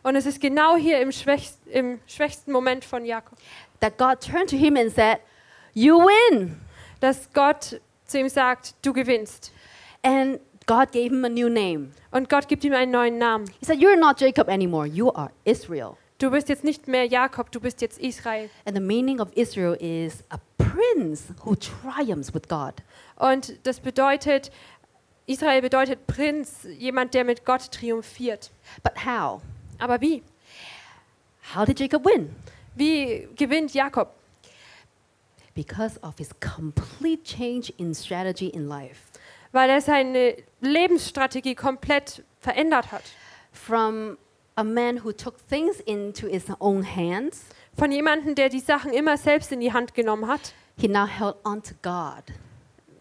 B: Und es ist genau hier im, schwächst, im schwächsten Moment von Jakob,
A: that God turned to him and said, You win.
B: dass Gott zu ihm sagt, du gewinnst.
A: And God gave him a new name.
B: Und Gott gibt ihm einen neuen Namen.
A: He said, You're not Jacob anymore, you are Israel.
B: Du bist jetzt nicht mehr Jakob, du bist jetzt Israel.
A: And the meaning of Israel is a prince who triumphs with God.
B: Und das bedeutet, Israel bedeutet Prinz, jemand, der mit Gott triumphiert.
A: But how?
B: Aber wie?
A: How did Jacob win?
B: Wie gewinnt Jakob?
A: Because of his complete change in strategy in life.
B: Weil er seine Lebensstrategie komplett verändert hat.
A: From a man who took things into his own hands,
B: Von jemandem, der die Sachen immer selbst in die Hand genommen hat,
A: he now held on to God.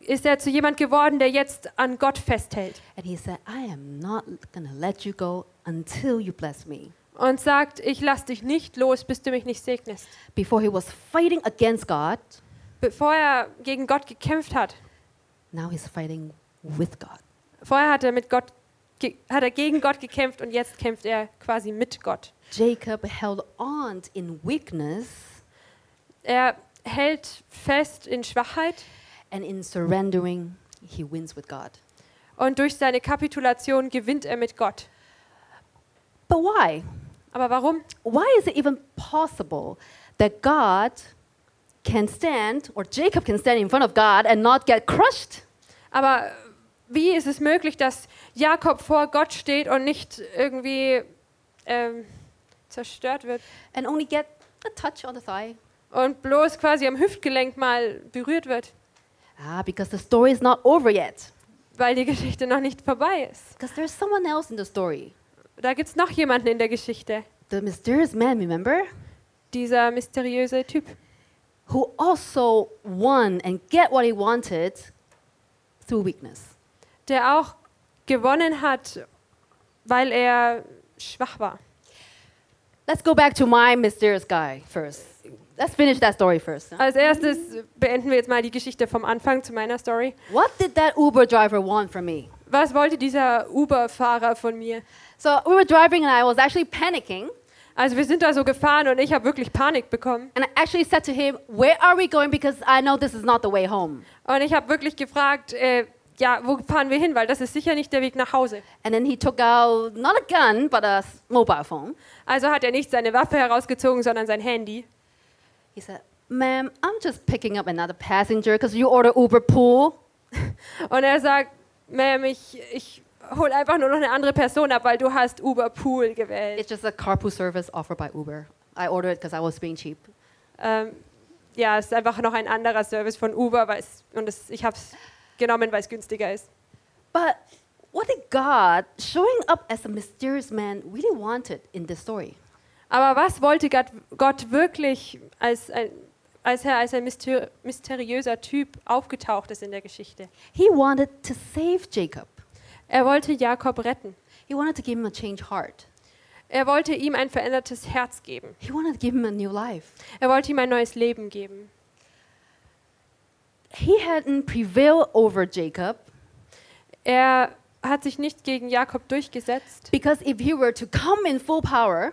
B: ist er zu jemand geworden, der jetzt an Gott festhält
A: And he said, I am not going to let you go until you bless me.
B: und sagt, ich lass dich nicht los, bis du mich nicht segnest.
A: Before he was fighting against God,
B: Bevor er gegen Gott gekämpft hat,
A: now he's fighting with God.
B: vorher hat er mit Gott ge- hat er gegen Gott gekämpft und jetzt kämpft er quasi mit Gott.
A: Jacob held on in weakness
B: Er hält fest in Schwachheit
A: and in surrendering, he wins with God.
B: und durch seine Kapitulation gewinnt er mit Gott.
A: But why?
B: Aber warum?
A: Why is it even possible that God can stand or Jacob can stand in front of God and not get crushed?
B: Aber wie ist es möglich, dass Jakob vor Gott steht und nicht irgendwie ähm, zerstört wird
A: and only get a touch on the thigh.
B: und bloß quasi am Hüftgelenk mal berührt wird,
A: Ah, because the story is not over yet.
B: weil die Geschichte noch nicht vorbei ist?
A: Because there's someone else in the story.
B: Da gibt es noch jemanden in der Geschichte,
A: The mysterious man, remember?
B: dieser mysteriöse Typ,
A: Who also won and get what he wanted through weakness.
B: der auch gewonnen hat, weil er schwach war.
A: Let's go back to my mysterious guy first. Let's finish that story first.
B: Als erstes beenden wir jetzt mal die Geschichte vom Anfang zu meiner Story.
A: What did that Uber driver want from me?
B: Was wollte dieser Uber-Fahrer von mir?
A: So we were driving and I was actually panicking.
B: Also wir sind da so gefahren und ich habe wirklich Panik bekommen.
A: And I actually said to him, Where are we going? Because I know this is not the way home.
B: Und ich habe wirklich gefragt, äh, ja, wo fahren wir hin? Weil das ist sicher nicht der Weg nach Hause.
A: And then he took out not a gun, but a s- mobile phone.
B: Also hat er nicht seine Waffe herausgezogen, sondern sein Handy.
A: He said, Ma'am, I'm just picking up another passenger because you order Uber Pool.
B: Und er sagt, Ma'am, ich, ich hole einfach nur noch eine andere Person ab, weil du hast Uber Pool gewählt.
A: It's just a carpool service offered by Uber. I ordered it because I was being cheap.
B: Ähm, ja, es ist einfach noch ein anderer Service von Uber, weil es, und es, ich habe es genommen, weil es günstiger ist.
A: But what did God, showing up as a mysterious man, really wanted in this story?
B: Aber was wollte Gott, Gott wirklich als ein, als er als ein mysteri- mysteriöser Typ aufgetaucht ist in der Geschichte.
A: He wanted to save Jacob.
B: Er wollte Jakob retten.
A: He wanted to give him a changed heart.
B: Er wollte ihm ein verändertes Herz geben.
A: He wanted to give him a new life.
B: Er wollte ihm ein neues Leben geben.
A: He hadn't prevailed over Jacob
B: Er hat sich nicht gegen Jakob durchgesetzt,
A: because if he were to come in full power,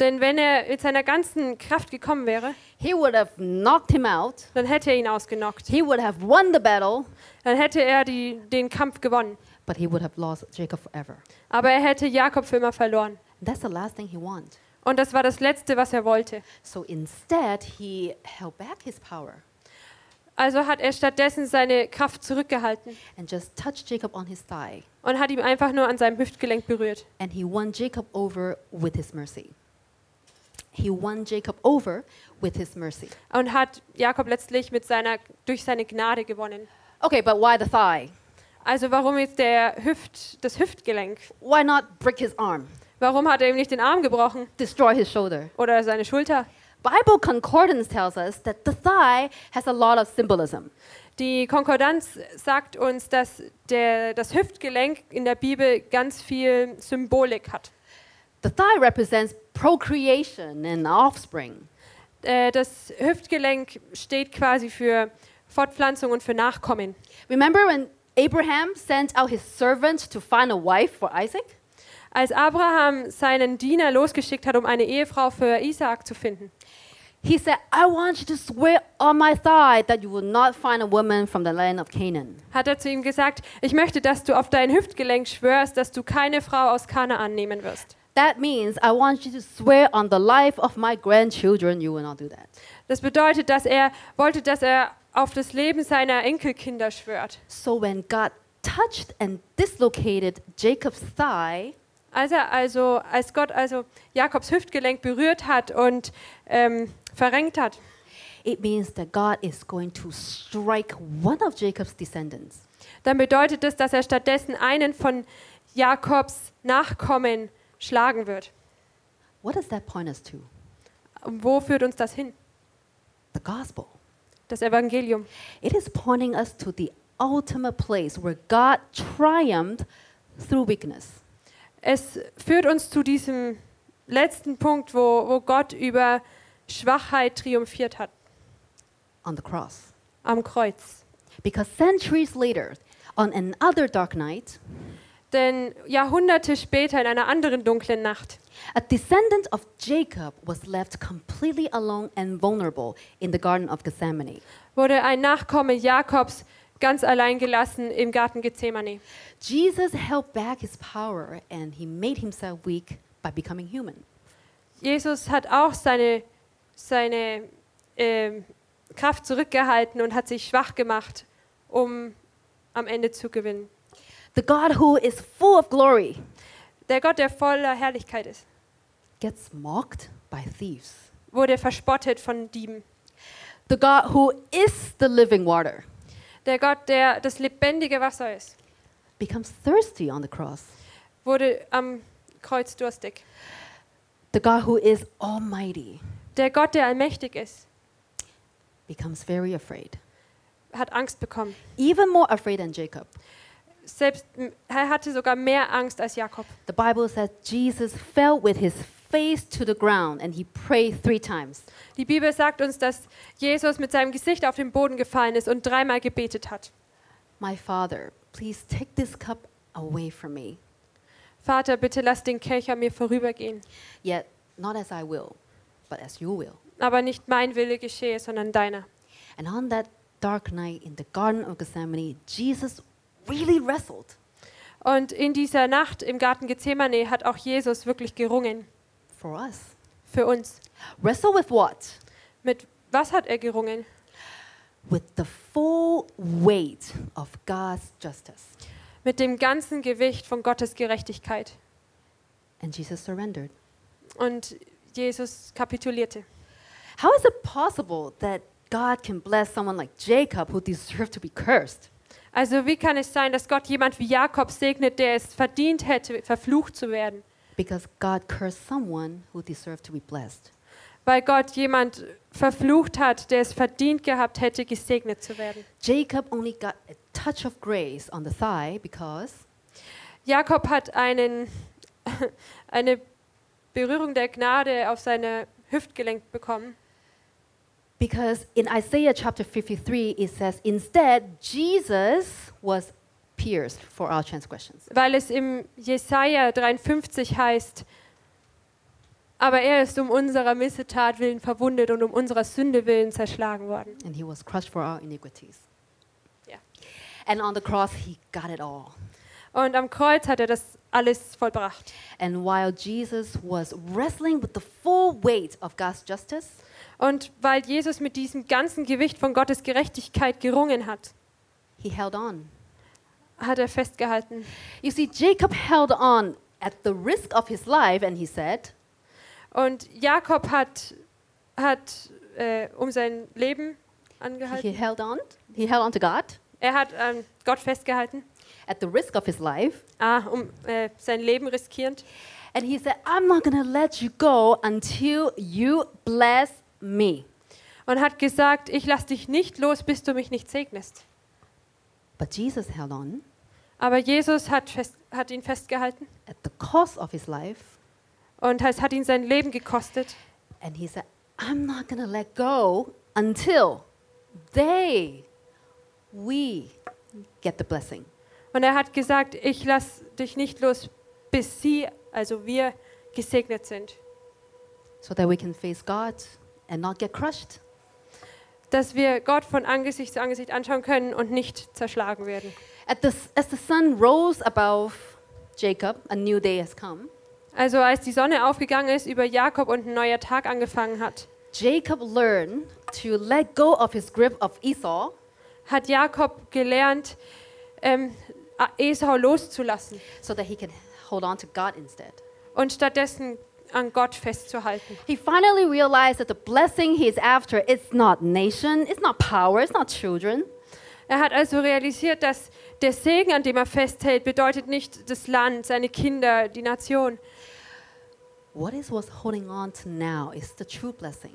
B: denn wenn er mit seiner ganzen Kraft gekommen wäre,
A: he would have knocked him out.
B: dann hätte er ihn ausgenockt.
A: He would have won the battle,
B: Dann hätte er die, den Kampf gewonnen.
A: but he would have lost Jacob forever.
B: Aber er hätte Jakob für immer verloren.
A: That's the last thing he wanted.
B: Und das war das Letzte, was er wollte.
A: So instead, he held back his power
B: Also hat er stattdessen seine Kraft zurückgehalten
A: and just touched Jacob on his thigh.
B: und hat ihm einfach nur an seinem Hüftgelenk berührt.
A: And he won Jacob over with his mercy. He won Jacob over with his mercy.
B: Und hat Jakob letztlich mit seiner, durch seine Gnade gewonnen.
A: Okay, but why the thigh?
B: Also warum jetzt der Hüft, das Hüftgelenk?
A: Why not break his arm,
B: Warum hat er ihm nicht den Arm gebrochen
A: destroy his shoulder?
B: oder seine Schulter?
A: Bible concordance tells us that the thigh has a lot of symbolism.
B: Die Konkordanz sagt uns, dass der, das Hüftgelenk in der Bibel ganz viel Symbolik hat.
A: The thigh represents procreation and offspring.
B: Äh, Das Hüftgelenk steht quasi für Fortpflanzung und für Nachkommen.
A: Remember when Abraham sent out his servant to find a wife for Isaac?
B: Als Abraham seinen Diener losgeschickt hat, um eine Ehefrau für Isaak zu finden,
A: He said, I want you to swear on my thigh that you will not find a woman from the land of Canaan.
B: hat er zu ihm gesagt, ich möchte, dass du auf dein Hüftgelenk schwörst, dass du keine Frau aus Kanaan nehmen wirst.
A: That means I want you to swear on the life of my grandchildren you will not do that.
B: Das bedeutet, dass er wollte, dass er auf das Leben seiner Enkelkinder schwört.
A: So when God touched and dislocated Jacob's thigh,
B: Als er also, als Gott also Jakobs Hüftgelenk berührt hat und ähm, verrenkt hat,
A: it means that God is going to strike one of Jacob's descendants.
B: dann bedeutet das, dass er stattdessen einen von Jakobs Nachkommen schlagen wird.
A: What does that point us to?
B: Wo führt uns das hin?
A: The gospel.
B: Das Evangelium.
A: It is pointing us to the ultimate place where God triumphed through weakness.
B: Es führt uns zu diesem letzten Punkt, wo, wo Gott über Schwachheit triumphiert hat,
A: on the cross.
B: am Kreuz.
A: Because centuries later, on another dark night,
B: Denn Jahrhunderte später, in einer anderen dunklen Nacht,
A: a descendant of Jacob was left completely alone and vulnerable in the Garden of Gethsemane.
B: wurde ein Nachkomme Jakobs ganz allein gelassen im Garten Gethsemane.
A: Jesus held back his power and he made himself weak by becoming human.
B: Jesus hat auch seine, seine ähm, Kraft zurückgehalten und hat sich schwach gemacht, um am Ende zu gewinnen.
A: The God who is full of glory
B: Der Gott, der voller Herrlichkeit ist,
A: gets mocked by thieves.
B: wurde verspottet von Dieben.
A: The God who is the living water
B: Der Gott, der das lebendige Wasser ist,
A: becomes thirsty on the cross.
B: wurde am Kreuz durstig.
A: The God who is almighty
B: Der Gott, der allmächtig ist,
A: becomes very afraid,
B: hat Angst bekommen.
A: even more afraid than Jacob.
B: Selbst er hatte sogar mehr Angst als Jakob.
A: The Bible says Jesus fell with his face to the ground and he prayed three times.
B: Die Bibel sagt uns, dass Jesus mit seinem Gesicht auf den Boden gefallen ist und dreimal gebetet hat.
A: My Father, please take this cup away from me.
B: Vater, bitte lass den Kelch an mir vorübergehen.
A: Yet, not as I will, but as you will.
B: Aber nicht mein Wille geschehe, sondern deiner.
A: And on that dark night in the Garden of Gethsemane, Jesus really wrestled
B: Und in dieser Nacht im Garten Gethsemane hat auch Jesus wirklich gerungen.
A: for us.
B: Für uns.
A: Wrestle with what?
B: Mit was hat er gerungen?
A: With the full weight of God's justice.
B: Mit dem ganzen Gewicht von Gottes Gerechtigkeit.
A: And Jesus surrendered.
B: Und Jesus kapitulierte.
A: How is it possible that God can bless someone like Jacob who deserved to be cursed?
B: Also wie kann es sein, dass Gott jemand wie Jakob segnet, der es verdient hätte, verflucht zu werden?
A: Because God cursed someone who deserved to be blessed.
B: weil Gott jemand verflucht hat, der es verdient gehabt hätte, gesegnet zu werden.
A: Jacob only got a touch of grace on the thigh because
B: Jakob hat einen, eine Berührung der Gnade auf seine Hüftgelenk bekommen.
A: because in Isaiah chapter 53 it says instead Jesus was pierced for our transgressions.
B: weil es im Jesaja 53 heißt, aber er ist um unserer Missetat willen verwundet und um unserer Sünde willen zerschlagen worden.
A: and he was crushed for our iniquities.
B: Yeah.
A: And on the cross, he got it all.
B: Und am Kreuz hat er das alles vollbracht.
A: And while Jesus was wrestling with the full weight of God's justice,
B: Und weil Jesus mit diesem ganzen Gewicht von Gottes Gerechtigkeit gerungen hat,
A: he held on.
B: hat er festgehalten.
A: You see, Jacob held on at the risk of his life, and he said,
B: Und Jakob hat, hat äh, um sein Leben angehalten.
A: he held on. He held on to God
B: Er hat an Gott festgehalten,
A: at the risk of his life.
B: ah, um äh, sein Leben riskierend.
A: And he said, I'm not going to let you go until you bless me.
B: und hat gesagt, ich lass dich nicht los, bis du mich nicht segnest.
A: But Jesus held on
B: Aber Jesus hat, fest, hat ihn festgehalten
A: at the cost of his life.
B: und es hat ihn sein Leben gekostet.
A: And he said, I'm not going to let go until they, we get the blessing.
B: Und er hat gesagt, ich lass dich nicht los, bis sie, also wir, gesegnet sind.
A: So that we can face God and not get crushed.
B: Dass wir Gott von Angesicht zu Angesicht anschauen können und nicht zerschlagen werden.
A: At the, as the sun rose above Jacob, a new day has come.
B: Also als die Sonne aufgegangen ist über Jakob und ein neuer Tag angefangen hat,
A: Jacob learned to let go of his grip of Esau
B: hat Jakob gelernt, ähm, Esau loszulassen
A: so that he can hold on to God instead.
B: und stattdessen an Gott festzuhalten.
A: He finally realized that the blessing he's after is not nation, it's not power, it's not children.
B: Er hat also realisiert, dass der Segen, an dem er festhält, bedeutet nicht das Land, seine Kinder, die Nation,
A: What is was holding on to now is the true blessing.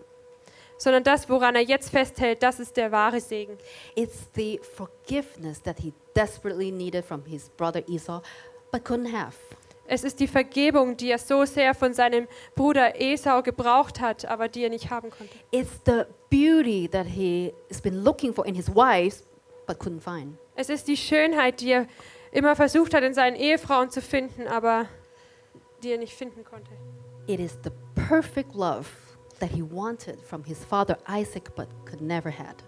B: sondern das, woran er jetzt festhält, das ist der wahre Segen.
A: It's the forgiveness that he desperately needed from his brother Esau, but couldn't have.
B: Es ist die Vergebung, die er so sehr von seinem Bruder Esau gebraucht hat, aber die er nicht haben konnte.
A: It's the beauty that he has been looking for in his wives, but couldn't find.
B: Es ist die Schönheit, die er immer versucht hat, in seinen Ehefrauen zu finden, aber die er nicht finden konnte.
A: It is the perfect love that he wanted from his father Isaac, but could never had.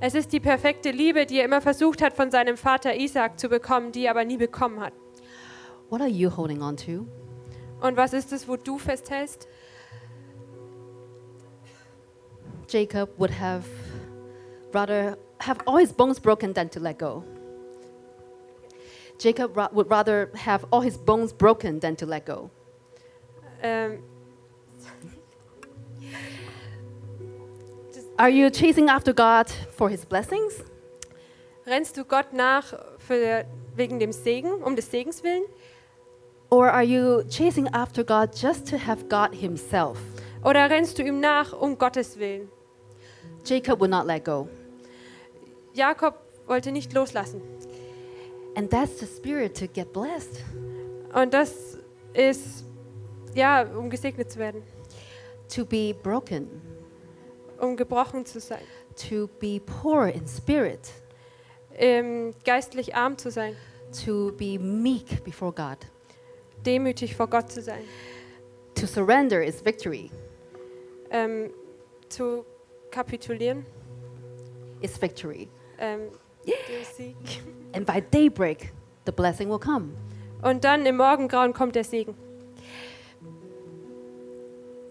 B: Es ist die perfekte Liebe, die er immer versucht hat, von seinem Vater Isaac zu bekommen, die er aber nie bekommen hat.
A: What are you holding on to?
B: Und was ist es, wo du festhältst?
A: Jacob would have rather have all his bones broken than to let go. Jacob ra- would rather have all his bones broken than to let go.
B: Ähm,
A: Are you chasing after God for his blessings?
B: rennst du Gott nach für, wegen dem Segen, um des Segens willen?
A: Or are you chasing after God just to have God himself?
B: Oder rennst du ihm nach um Gottes Willen?
A: Jacob would not let go.
B: Jakob wollte nicht loslassen.
A: And that's the spirit to get blessed.
B: Und das ist, ja, um gesegnet zu werden,
A: To be broken,
B: um gebrochen zu sein,
A: to be poor in spirit,
B: ähm, geistlich arm zu sein,
A: to be meek before God.
B: demütig vor Gott zu sein,
A: To surrender is victory,
B: ähm, zu kapitulieren,
A: is victory.
B: ähm, dem Sieg.
A: And by daybreak, the blessing will come.
B: Und dann im Morgengrauen kommt der Segen.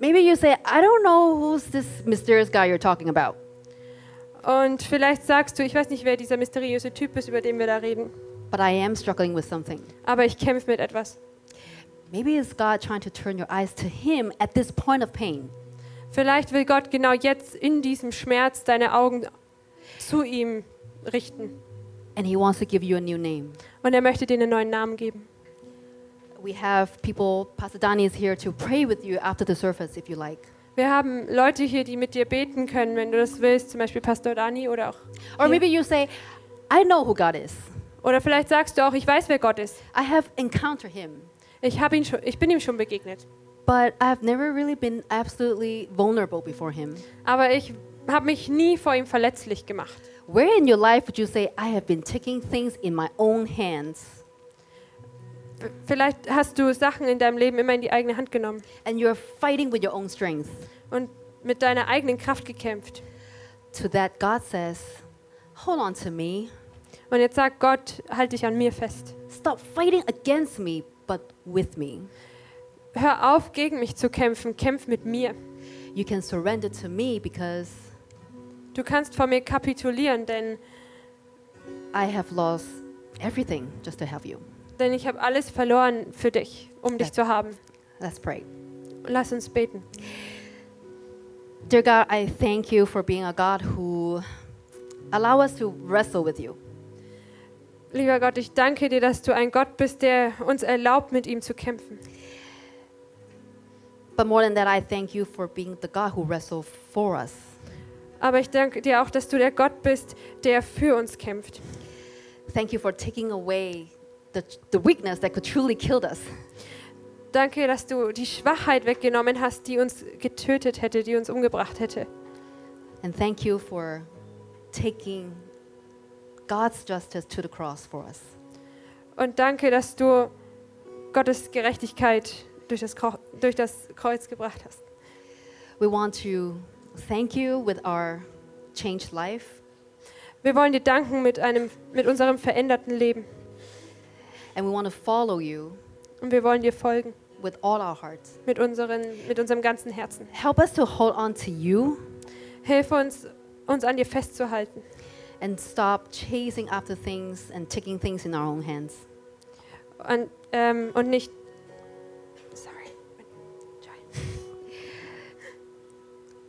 A: Maybe you say, I don't know who's this mysterious guy you're talking about.
B: Und vielleicht sagst du, ich weiß nicht, wer dieser mysteriöse Typ ist, über den wir da reden.
A: but I am struggling with something.
B: aber ich kämpfe mit etwas.
A: Maybe it's God trying to turn your eyes to Him at this point of pain.
B: Vielleicht will Gott genau jetzt in diesem Schmerz deine Augen zu ihm richten.
A: And He wants to give you a new name.
B: Und er möchte dir einen neuen Namen geben.
A: We have people, Pasadani is here to pray with you after the service if you like.
B: Wir haben Leute hier, die mit dir beten können, wenn du das willst, zum Beispiel Pastor Dani oder auch.
A: Or
B: Yeah.
A: maybe you say, I know who God is.
B: Oder vielleicht sagst du auch, ich weiß, wer Gott ist.
A: I have encountered him,
B: Ich, hab ihn schon, ich bin ihm schon begegnet.
A: but I've never really been absolutely vulnerable before him.
B: Aber ich habe mich nie vor ihm verletzlich gemacht.
A: Where in your life would you say, I have been taking things in my own hands
B: V- Vielleicht hast du Sachen in deinem Leben immer in die eigene Hand genommen
A: and you're fighting with your own strength?
B: und mit deiner eigenen Kraft gekämpft.
A: To that, God says, Hold on to me.
B: Und jetzt sagt Gott, halt dich an mir fest.
A: Stop fighting against me, but with me.
B: Hör auf, gegen mich zu kämpfen, kämpf mit mir.
A: You can surrender to me because
B: Du kannst vor mir kapitulieren, denn,
A: I have lost everything just to have you.
B: denn ich habe alles verloren für dich, um dich
A: Ja.
B: zu haben.
A: Let's pray.
B: Lass uns beten.
A: Dear God, I thank you for being a God who allow us to wrestle with you.
B: Lieber Gott, ich danke dir, dass du ein Gott bist, der uns erlaubt, mit ihm zu kämpfen.
A: But more than that, I thank you for being the God who wrestles for us.
B: Aber ich danke dir auch, dass du der Gott bist, der für uns kämpft.
A: Thank you for taking away the, the weakness that could truly kill us.
B: Danke, dass du die Schwachheit weggenommen hast, die uns getötet hätte, die uns umgebracht hätte.
A: And thank you for taking God's justice to the cross for us.
B: Und danke, dass du Gottes Gerechtigkeit durch das, Kro durch das Kreuz gebracht hast.
A: We want to thank you with our changed life.
B: Wir wollen dir danken mit, einem, mit unserem veränderten Leben.
A: And we want to follow you
B: Und wir wollen dir folgen
A: with all our hearts.
B: mit, unseren, mit unserem ganzen Herzen.
A: Help us to hold on to you
B: Hilf uns, uns an dir festzuhalten
A: and stop chasing after things and taking things in our own hands.
B: und, ähm, und nicht. Sorry.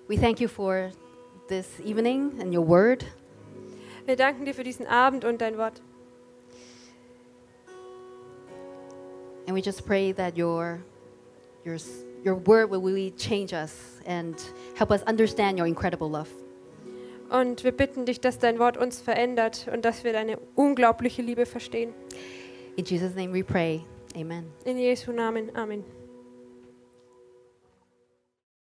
A: We thank you for this evening and your word.
B: Wir danken dir für diesen Abend und dein Wort.
A: And we just pray that your, your, s- your word will really change us and help us understand your incredible love.
B: Und wir bitten dich, dass dein Wort uns verändert und dass wir deine unglaubliche Liebe verstehen.
A: In Jesus' name we pray. Amen.
B: In Jesu Namen. Amen.